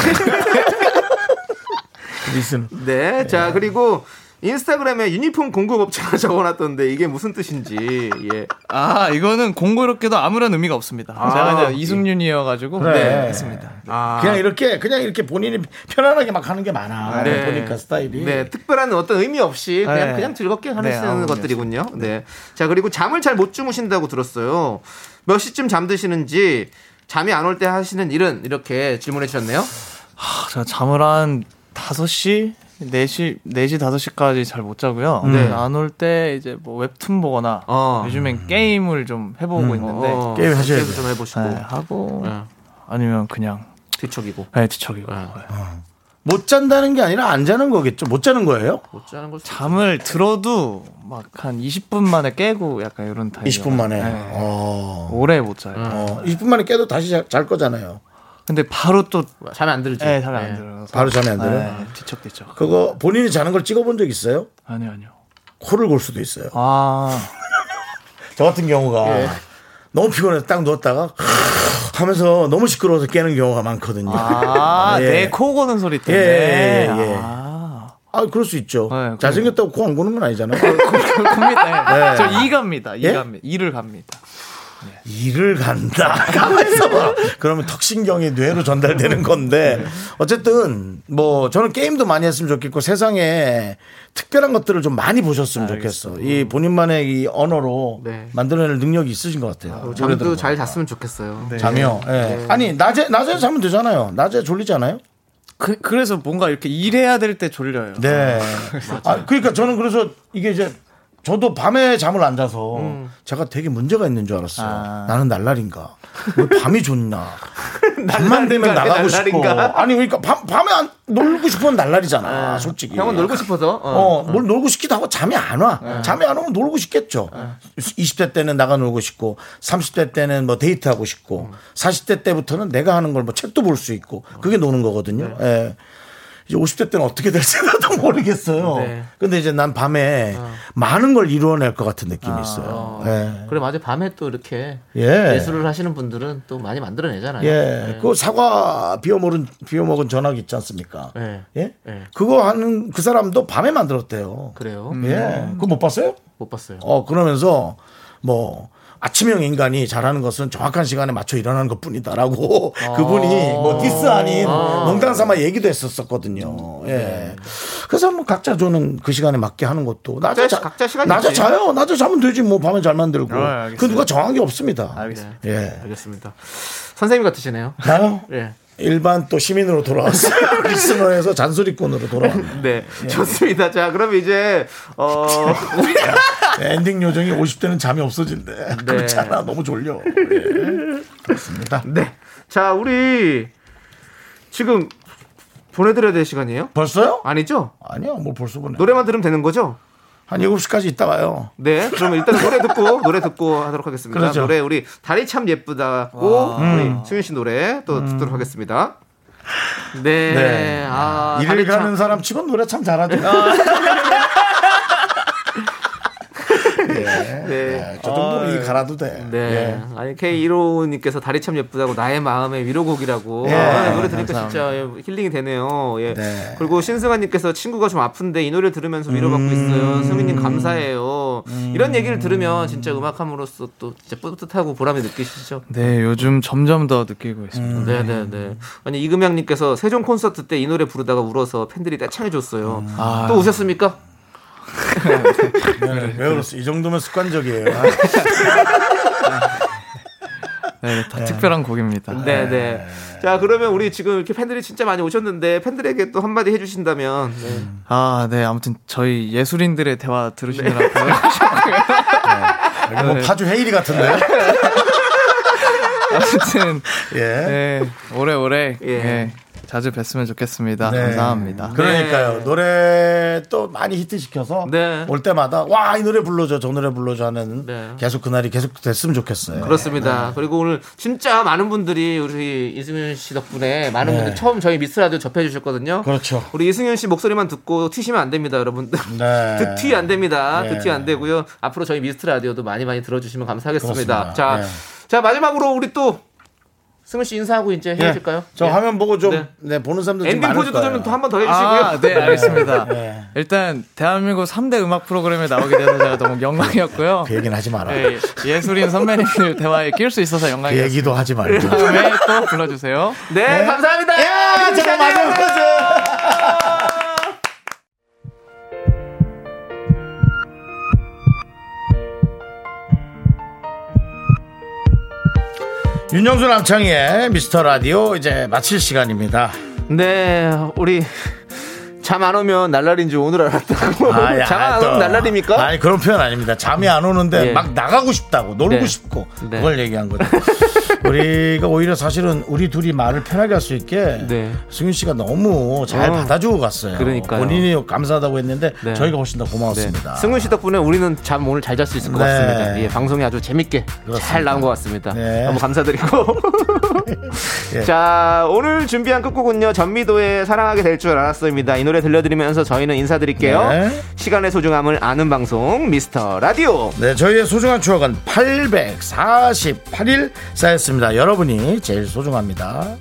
Speaker 1: 리스너.
Speaker 2: 네. 자, 그리고 인스타그램에 유니폼 공급업체가 적어놨던데 이게 무슨 뜻인지. 예.
Speaker 5: 아, 이거는 공교롭게도 아무런 의미가 없습니다. 제가 그냥 이승윤이어가지고.
Speaker 1: 네.
Speaker 5: 네, 했습니다.
Speaker 1: 아,
Speaker 2: 아.
Speaker 1: 그냥 이렇게 그냥 이렇게 본인이 편안하게 막 하는 게 많아.
Speaker 2: 네.
Speaker 1: 보니까 스타일이.
Speaker 2: 네, 특별한 어떤 의미 없이 그냥
Speaker 5: 네.
Speaker 2: 그냥 즐겁게 하는
Speaker 5: 네, 아,
Speaker 2: 것들이군요. 네. 자, 그리고 잠을 잘 못 주무신다고 들었어요. 몇 시쯤 잠드시는지 잠이 안 올 때 하시는 일은 이렇게 질문해 주셨네요.
Speaker 5: 아, 제가 잠을 한 5시? 4시, 4시, 5시까지 잘 못 자고요.
Speaker 1: 음.
Speaker 2: 네.
Speaker 5: 안 올 때 이제 뭐 웹툰 보거나
Speaker 2: 어.
Speaker 5: 요즘엔 게임을 좀 해보고
Speaker 1: 음.
Speaker 5: 있는데
Speaker 2: 어,
Speaker 1: 네, 게임 하셔야
Speaker 2: 게임 좀 해보시고
Speaker 1: 뭐.
Speaker 5: 네, 하고
Speaker 2: 네.
Speaker 5: 아니면 그냥
Speaker 2: 뒤척이고
Speaker 5: 네, 뒤척이고
Speaker 1: 못 잔다는 게 아니라 안 자는 거겠죠. 못 자는 거예요?
Speaker 2: 못 자는 걸.
Speaker 5: 잠을 들어도 막 한 20분 만에 깨고 약간 이런 타입.
Speaker 1: 20분 만에.
Speaker 5: 네.
Speaker 1: 어.
Speaker 5: 오래 못 자요.
Speaker 1: 어. 20분 만에 깨도 다시 자- 잘 거잖아요.
Speaker 5: 근데 바로 또
Speaker 2: 잠이 안 들죠.
Speaker 5: 네, 잠이
Speaker 2: 네.
Speaker 5: 안 들어서
Speaker 1: 바로 잠이 안 들어요?
Speaker 5: 네, 뒤척뒤척.
Speaker 1: 그거 본인이 자는 걸 찍어본 적 있어요?
Speaker 5: 아니요, 아니요.
Speaker 1: 코를 골 수도 있어요.
Speaker 5: 아,
Speaker 1: 저 같은 경우가 너무 피곤해서 딱 누웠다가 하면서 너무 시끄러워서 깨는 경우가 많거든요.
Speaker 5: 아,
Speaker 1: 예.
Speaker 5: 내코 고는 소리
Speaker 1: 예,
Speaker 5: 때문에.
Speaker 1: 예, 예.
Speaker 5: 아,
Speaker 1: 아, 그럴 수 있죠.
Speaker 5: 네,
Speaker 1: 잘생겼다고 코 안 고는 건 아니잖아요. 네.
Speaker 5: 겁니다. 예. 저 이갑니다.
Speaker 1: 예?
Speaker 5: 이갑니다. 이를 갑니다.
Speaker 1: 일을 간다. 가만있어 봐. 그러면 턱신경이 뇌로 전달되는 건데 어쨌든 뭐 저는 게임도 많이 했으면 좋겠고 세상에 특별한 것들을 좀 많이 보셨으면 좋겠어. 이 본인만의 이 언어로
Speaker 2: 네.
Speaker 1: 만들어낼 능력이 있으신 것 같아요.
Speaker 2: 잠도
Speaker 1: 노래들은.
Speaker 2: 잘 네. 잤으면 좋겠어요.
Speaker 1: 잠이요. 예. 아니 낮에 낮에 자면 되잖아요. 낮에 졸리지 않아요?
Speaker 5: 그, 그래서 뭔가 이렇게 일해야 될 때 졸려요.
Speaker 1: 네. 아, 그러니까 저는 그래서 이게 이제 저도 밤에 잠을 안 자서
Speaker 2: 음.
Speaker 1: 제가 되게 문제가 있는 줄 알았어요.
Speaker 5: 아.
Speaker 1: 나는 날날인가? 왜 밤이 좋나? 밤만 되면
Speaker 2: 날날인가?
Speaker 1: 나가고 싶고.
Speaker 2: 날날인가?
Speaker 1: 아니 그러니까 밤 밤에 안, 놀고 싶으면 날날이잖아. 솔직히.
Speaker 2: 형은 놀고 싶어서. 어. 네.
Speaker 1: 어, 뭘 놀고 싶기도 하고 잠이 안 와. 잠이 안 오면 놀고 싶겠죠. 20대 때는 나가 놀고 싶고, 30대 때는 뭐 데이트하고 싶고,
Speaker 2: 음.
Speaker 1: 40대 때부터는 내가 하는 걸 뭐 책도 볼 수 있고, 그게 노는 거거든요.
Speaker 2: 네.
Speaker 1: 예. 이제 50대 때는 어떻게 될지도 모르겠어요.
Speaker 2: 네. 어.
Speaker 1: 근데 이제 난 밤에 많은 걸 이루어낼 것 같은 느낌이
Speaker 2: 아.
Speaker 1: 있어요. 예.
Speaker 2: 그래 맞아 밤에 또 이렇게
Speaker 1: 예.
Speaker 2: 예술을 하시는 네. 분들은 또 많이 만들어내잖아요.
Speaker 1: 예. 그 사과 비워먹은, 비워먹은 전화기 있지 않습니까?
Speaker 2: 예.
Speaker 1: 예?
Speaker 2: 예.
Speaker 1: 그거 하는 그 사람도 밤에 만들었대요.
Speaker 2: 그래요. 음.
Speaker 1: 예. 그거 못 봤어요?
Speaker 2: 못 봤어요.
Speaker 1: 어, 그러면서 뭐 아침형 인간이 잘하는 것은 정확한 시간에 맞춰 일어나는 것 뿐이다라고 그분이 뭐 디스 아닌 농담 삼아 얘기도 했었었거든요. 예. 그래서 뭐 각자 저는 그 시간에 맞게 하는 것도 낮에
Speaker 2: 각자- 각자 시간이
Speaker 1: 낮에
Speaker 2: 있지.
Speaker 1: 자요. 낮에 자면 되지 뭐 밤에 잘 만들고.
Speaker 5: 알겠어요.
Speaker 1: 그 누가 정한 게 없습니다.
Speaker 5: 알겠습니다.
Speaker 1: 예.
Speaker 2: 알겠습니다. 선생님 같으시네요.
Speaker 1: 나요?
Speaker 2: 예.
Speaker 1: 일반 또 시민으로 돌아왔어요. 리스너에서 잔소리꾼으로 돌아왔네.
Speaker 2: 네, 좋습니다. 자, 그럼 이제 어
Speaker 1: 엔딩 요정이 50대는 잠이 없어진대. 그렇잖아. 너무 졸려. 예. 그렇습니다.
Speaker 2: 네. 자, 우리 지금 보내드려야 될 시간이에요?
Speaker 1: 벌써요?
Speaker 2: 아니죠?
Speaker 1: 아니요, 뭘 벌써 보내.
Speaker 2: 노래만 들으면 되는 거죠?
Speaker 1: 한 7시까지 있다 와요.
Speaker 2: 네. 그러면 일단 노래 듣고 노래 듣고 하도록 하겠습니다.
Speaker 1: 그렇죠. 음.
Speaker 2: 노래 우리 다리 참 예쁘다고 우리 수윤 씨 노래 또 듣도록 하겠습니다. 네.
Speaker 1: 네.
Speaker 2: 아,
Speaker 1: 일을
Speaker 2: 다리 참-
Speaker 1: 가는 사람 치곤 노래 참 잘하죠. 예. 네, 저 정도는 이 갈아도 돼. 예.
Speaker 2: 네.
Speaker 5: 예.
Speaker 2: 아니 K1호님께서 다리 참 예쁘다고 나의 마음의 위로곡이라고
Speaker 1: 예,
Speaker 2: 아, 노래 들으니까
Speaker 5: 감사합니다.
Speaker 2: 진짜 예, 힐링이 되네요. 예.
Speaker 1: 네.
Speaker 2: 그리고 신승아님께서 친구가 좀 아픈데 이 노래 들으면서 위로받고
Speaker 5: 음.
Speaker 2: 있어요. 승희님 감사해요. 이런 얘기를 들으면 진짜 음악함으로써 또 진짜 뿌듯하고 보람이 느끼시죠?
Speaker 5: 네, 요즘 점점 더 느끼고 있습니다.
Speaker 2: 네네네. 아니 이금양님께서 세종 콘서트 때 이 노래 부르다가 울어서 팬들이 떼창해줬어요.
Speaker 5: 아.
Speaker 2: 또 우셨습니까?
Speaker 1: 네, 왜 그렇소? 이 정도면 습관적이에요.
Speaker 5: 네, 다 특별한 곡입니다.
Speaker 2: 네네. 자 그러면 우리 지금 이렇게 팬들이 진짜 많이 오셨는데 팬들에게 또 한마디 해주신다면 네.
Speaker 5: 아, 네. 아무튼 저희 예술인들의 대화 들으시느라고요.
Speaker 1: 아, 뭐 파주 헤이리 같은데.
Speaker 5: 아무튼
Speaker 1: 예.
Speaker 5: 네, 오래오래
Speaker 2: 예.
Speaker 5: 예, 자주 뵀으면 좋겠습니다.
Speaker 1: 네.
Speaker 5: 감사합니다.
Speaker 1: 그러니까요. 노래 또 많이 히트시켜서
Speaker 2: 네.
Speaker 1: 올 때마다 와 이 노래 불러줘 저 노래 불러줘 하는
Speaker 2: 네.
Speaker 1: 계속 그날이 계속 됐으면 좋겠어요.
Speaker 2: 그렇습니다.
Speaker 1: 네.
Speaker 2: 그리고 오늘 진짜 많은 분들이 우리 이승윤 씨 덕분에 많은
Speaker 1: 네.
Speaker 2: 분들 처음 저희 미스 라디오 접해 주셨거든요.
Speaker 1: 그렇죠.
Speaker 2: 우리 이승윤 씨 목소리만 듣고 튀시면 안 됩니다, 여러분들.
Speaker 1: 네.
Speaker 2: 득튀 안 됩니다.
Speaker 1: 네.
Speaker 2: 득튀 안 되고요. 앞으로 저희 미스트 라디오도 많이 많이 들어주시면 감사하겠습니다.
Speaker 1: 그렇습니다.
Speaker 2: 자,
Speaker 1: 네.
Speaker 2: 자 마지막으로 우리 또 승윤 씨 인사하고 이제
Speaker 1: 예.
Speaker 2: 헤어질까요?
Speaker 1: 저
Speaker 2: 예.
Speaker 1: 화면 보고 좀
Speaker 2: 네.
Speaker 1: 네. 보는 사람들 좀
Speaker 2: 엔딩
Speaker 1: 많을
Speaker 2: 포즈도
Speaker 1: 거예요.
Speaker 2: 좀한번 더 해주시고요.
Speaker 5: 아, 네, 알겠습니다.
Speaker 1: 네.
Speaker 5: 일단 대한민국 3대 음악 프로그램에 나오게 돼서 제가 너무 영광이었고요.
Speaker 1: 그 얘기는 하지 마라.
Speaker 5: 네, 예술인 선배님들 대화에 낄 수 있어서
Speaker 1: 그
Speaker 5: 영광이었습니다.
Speaker 1: 얘기도 하지 말고.
Speaker 5: 다음에 또 불러주세요.
Speaker 2: 네, 감사합니다.
Speaker 1: 예, 야, 제가 마지막 거죠. 윤정수 남창희의 미스터 라디오 이제 마칠 시간입니다.
Speaker 2: 네, 우리 잠 안 오면 날날인 줄 오늘 알았다고.
Speaker 1: 아, 야,
Speaker 2: 잠 안
Speaker 1: 또.
Speaker 2: 오면 날날입니까?
Speaker 1: 아니 그런 표현 아닙니다. 잠이 안 오는데
Speaker 2: 예.
Speaker 1: 막 나가고 싶다고 놀고
Speaker 2: 네.
Speaker 1: 싶고
Speaker 2: 네.
Speaker 1: 그걸 얘기한 거죠. 우리가 오히려 사실은 우리 둘이 말을 편하게 할 수 있게
Speaker 2: 네.
Speaker 1: 승윤 씨가 너무 잘
Speaker 2: 어.
Speaker 1: 받아주고 갔어요.
Speaker 2: 그러니까요.
Speaker 1: 본인이 감사하다고 했는데
Speaker 2: 네.
Speaker 1: 저희가 훨씬 더
Speaker 2: 네.
Speaker 1: 고마웠습니다.
Speaker 2: 승훈 씨 덕분에 우리는 잠 오늘 잘 잘 수 있을 것
Speaker 1: 네.
Speaker 2: 같습니다. 예, 방송이 아주 재밌게 잘 나온 것 같습니다.
Speaker 1: 네.
Speaker 2: 너무 감사드리고.
Speaker 1: 예.
Speaker 2: 자, 오늘 준비한 끝곡은요. 전미도의 사랑하게 될 줄 알았습니다. 이 노래 들려드리면서 저희는 인사드릴게요.
Speaker 1: 네.
Speaker 2: 시간의 소중함을 아는 방송 미스터 라디오.
Speaker 1: 네, 저희의 소중한 추억은 848일 쌓였습니다. 여러분이 제일 소중합니다.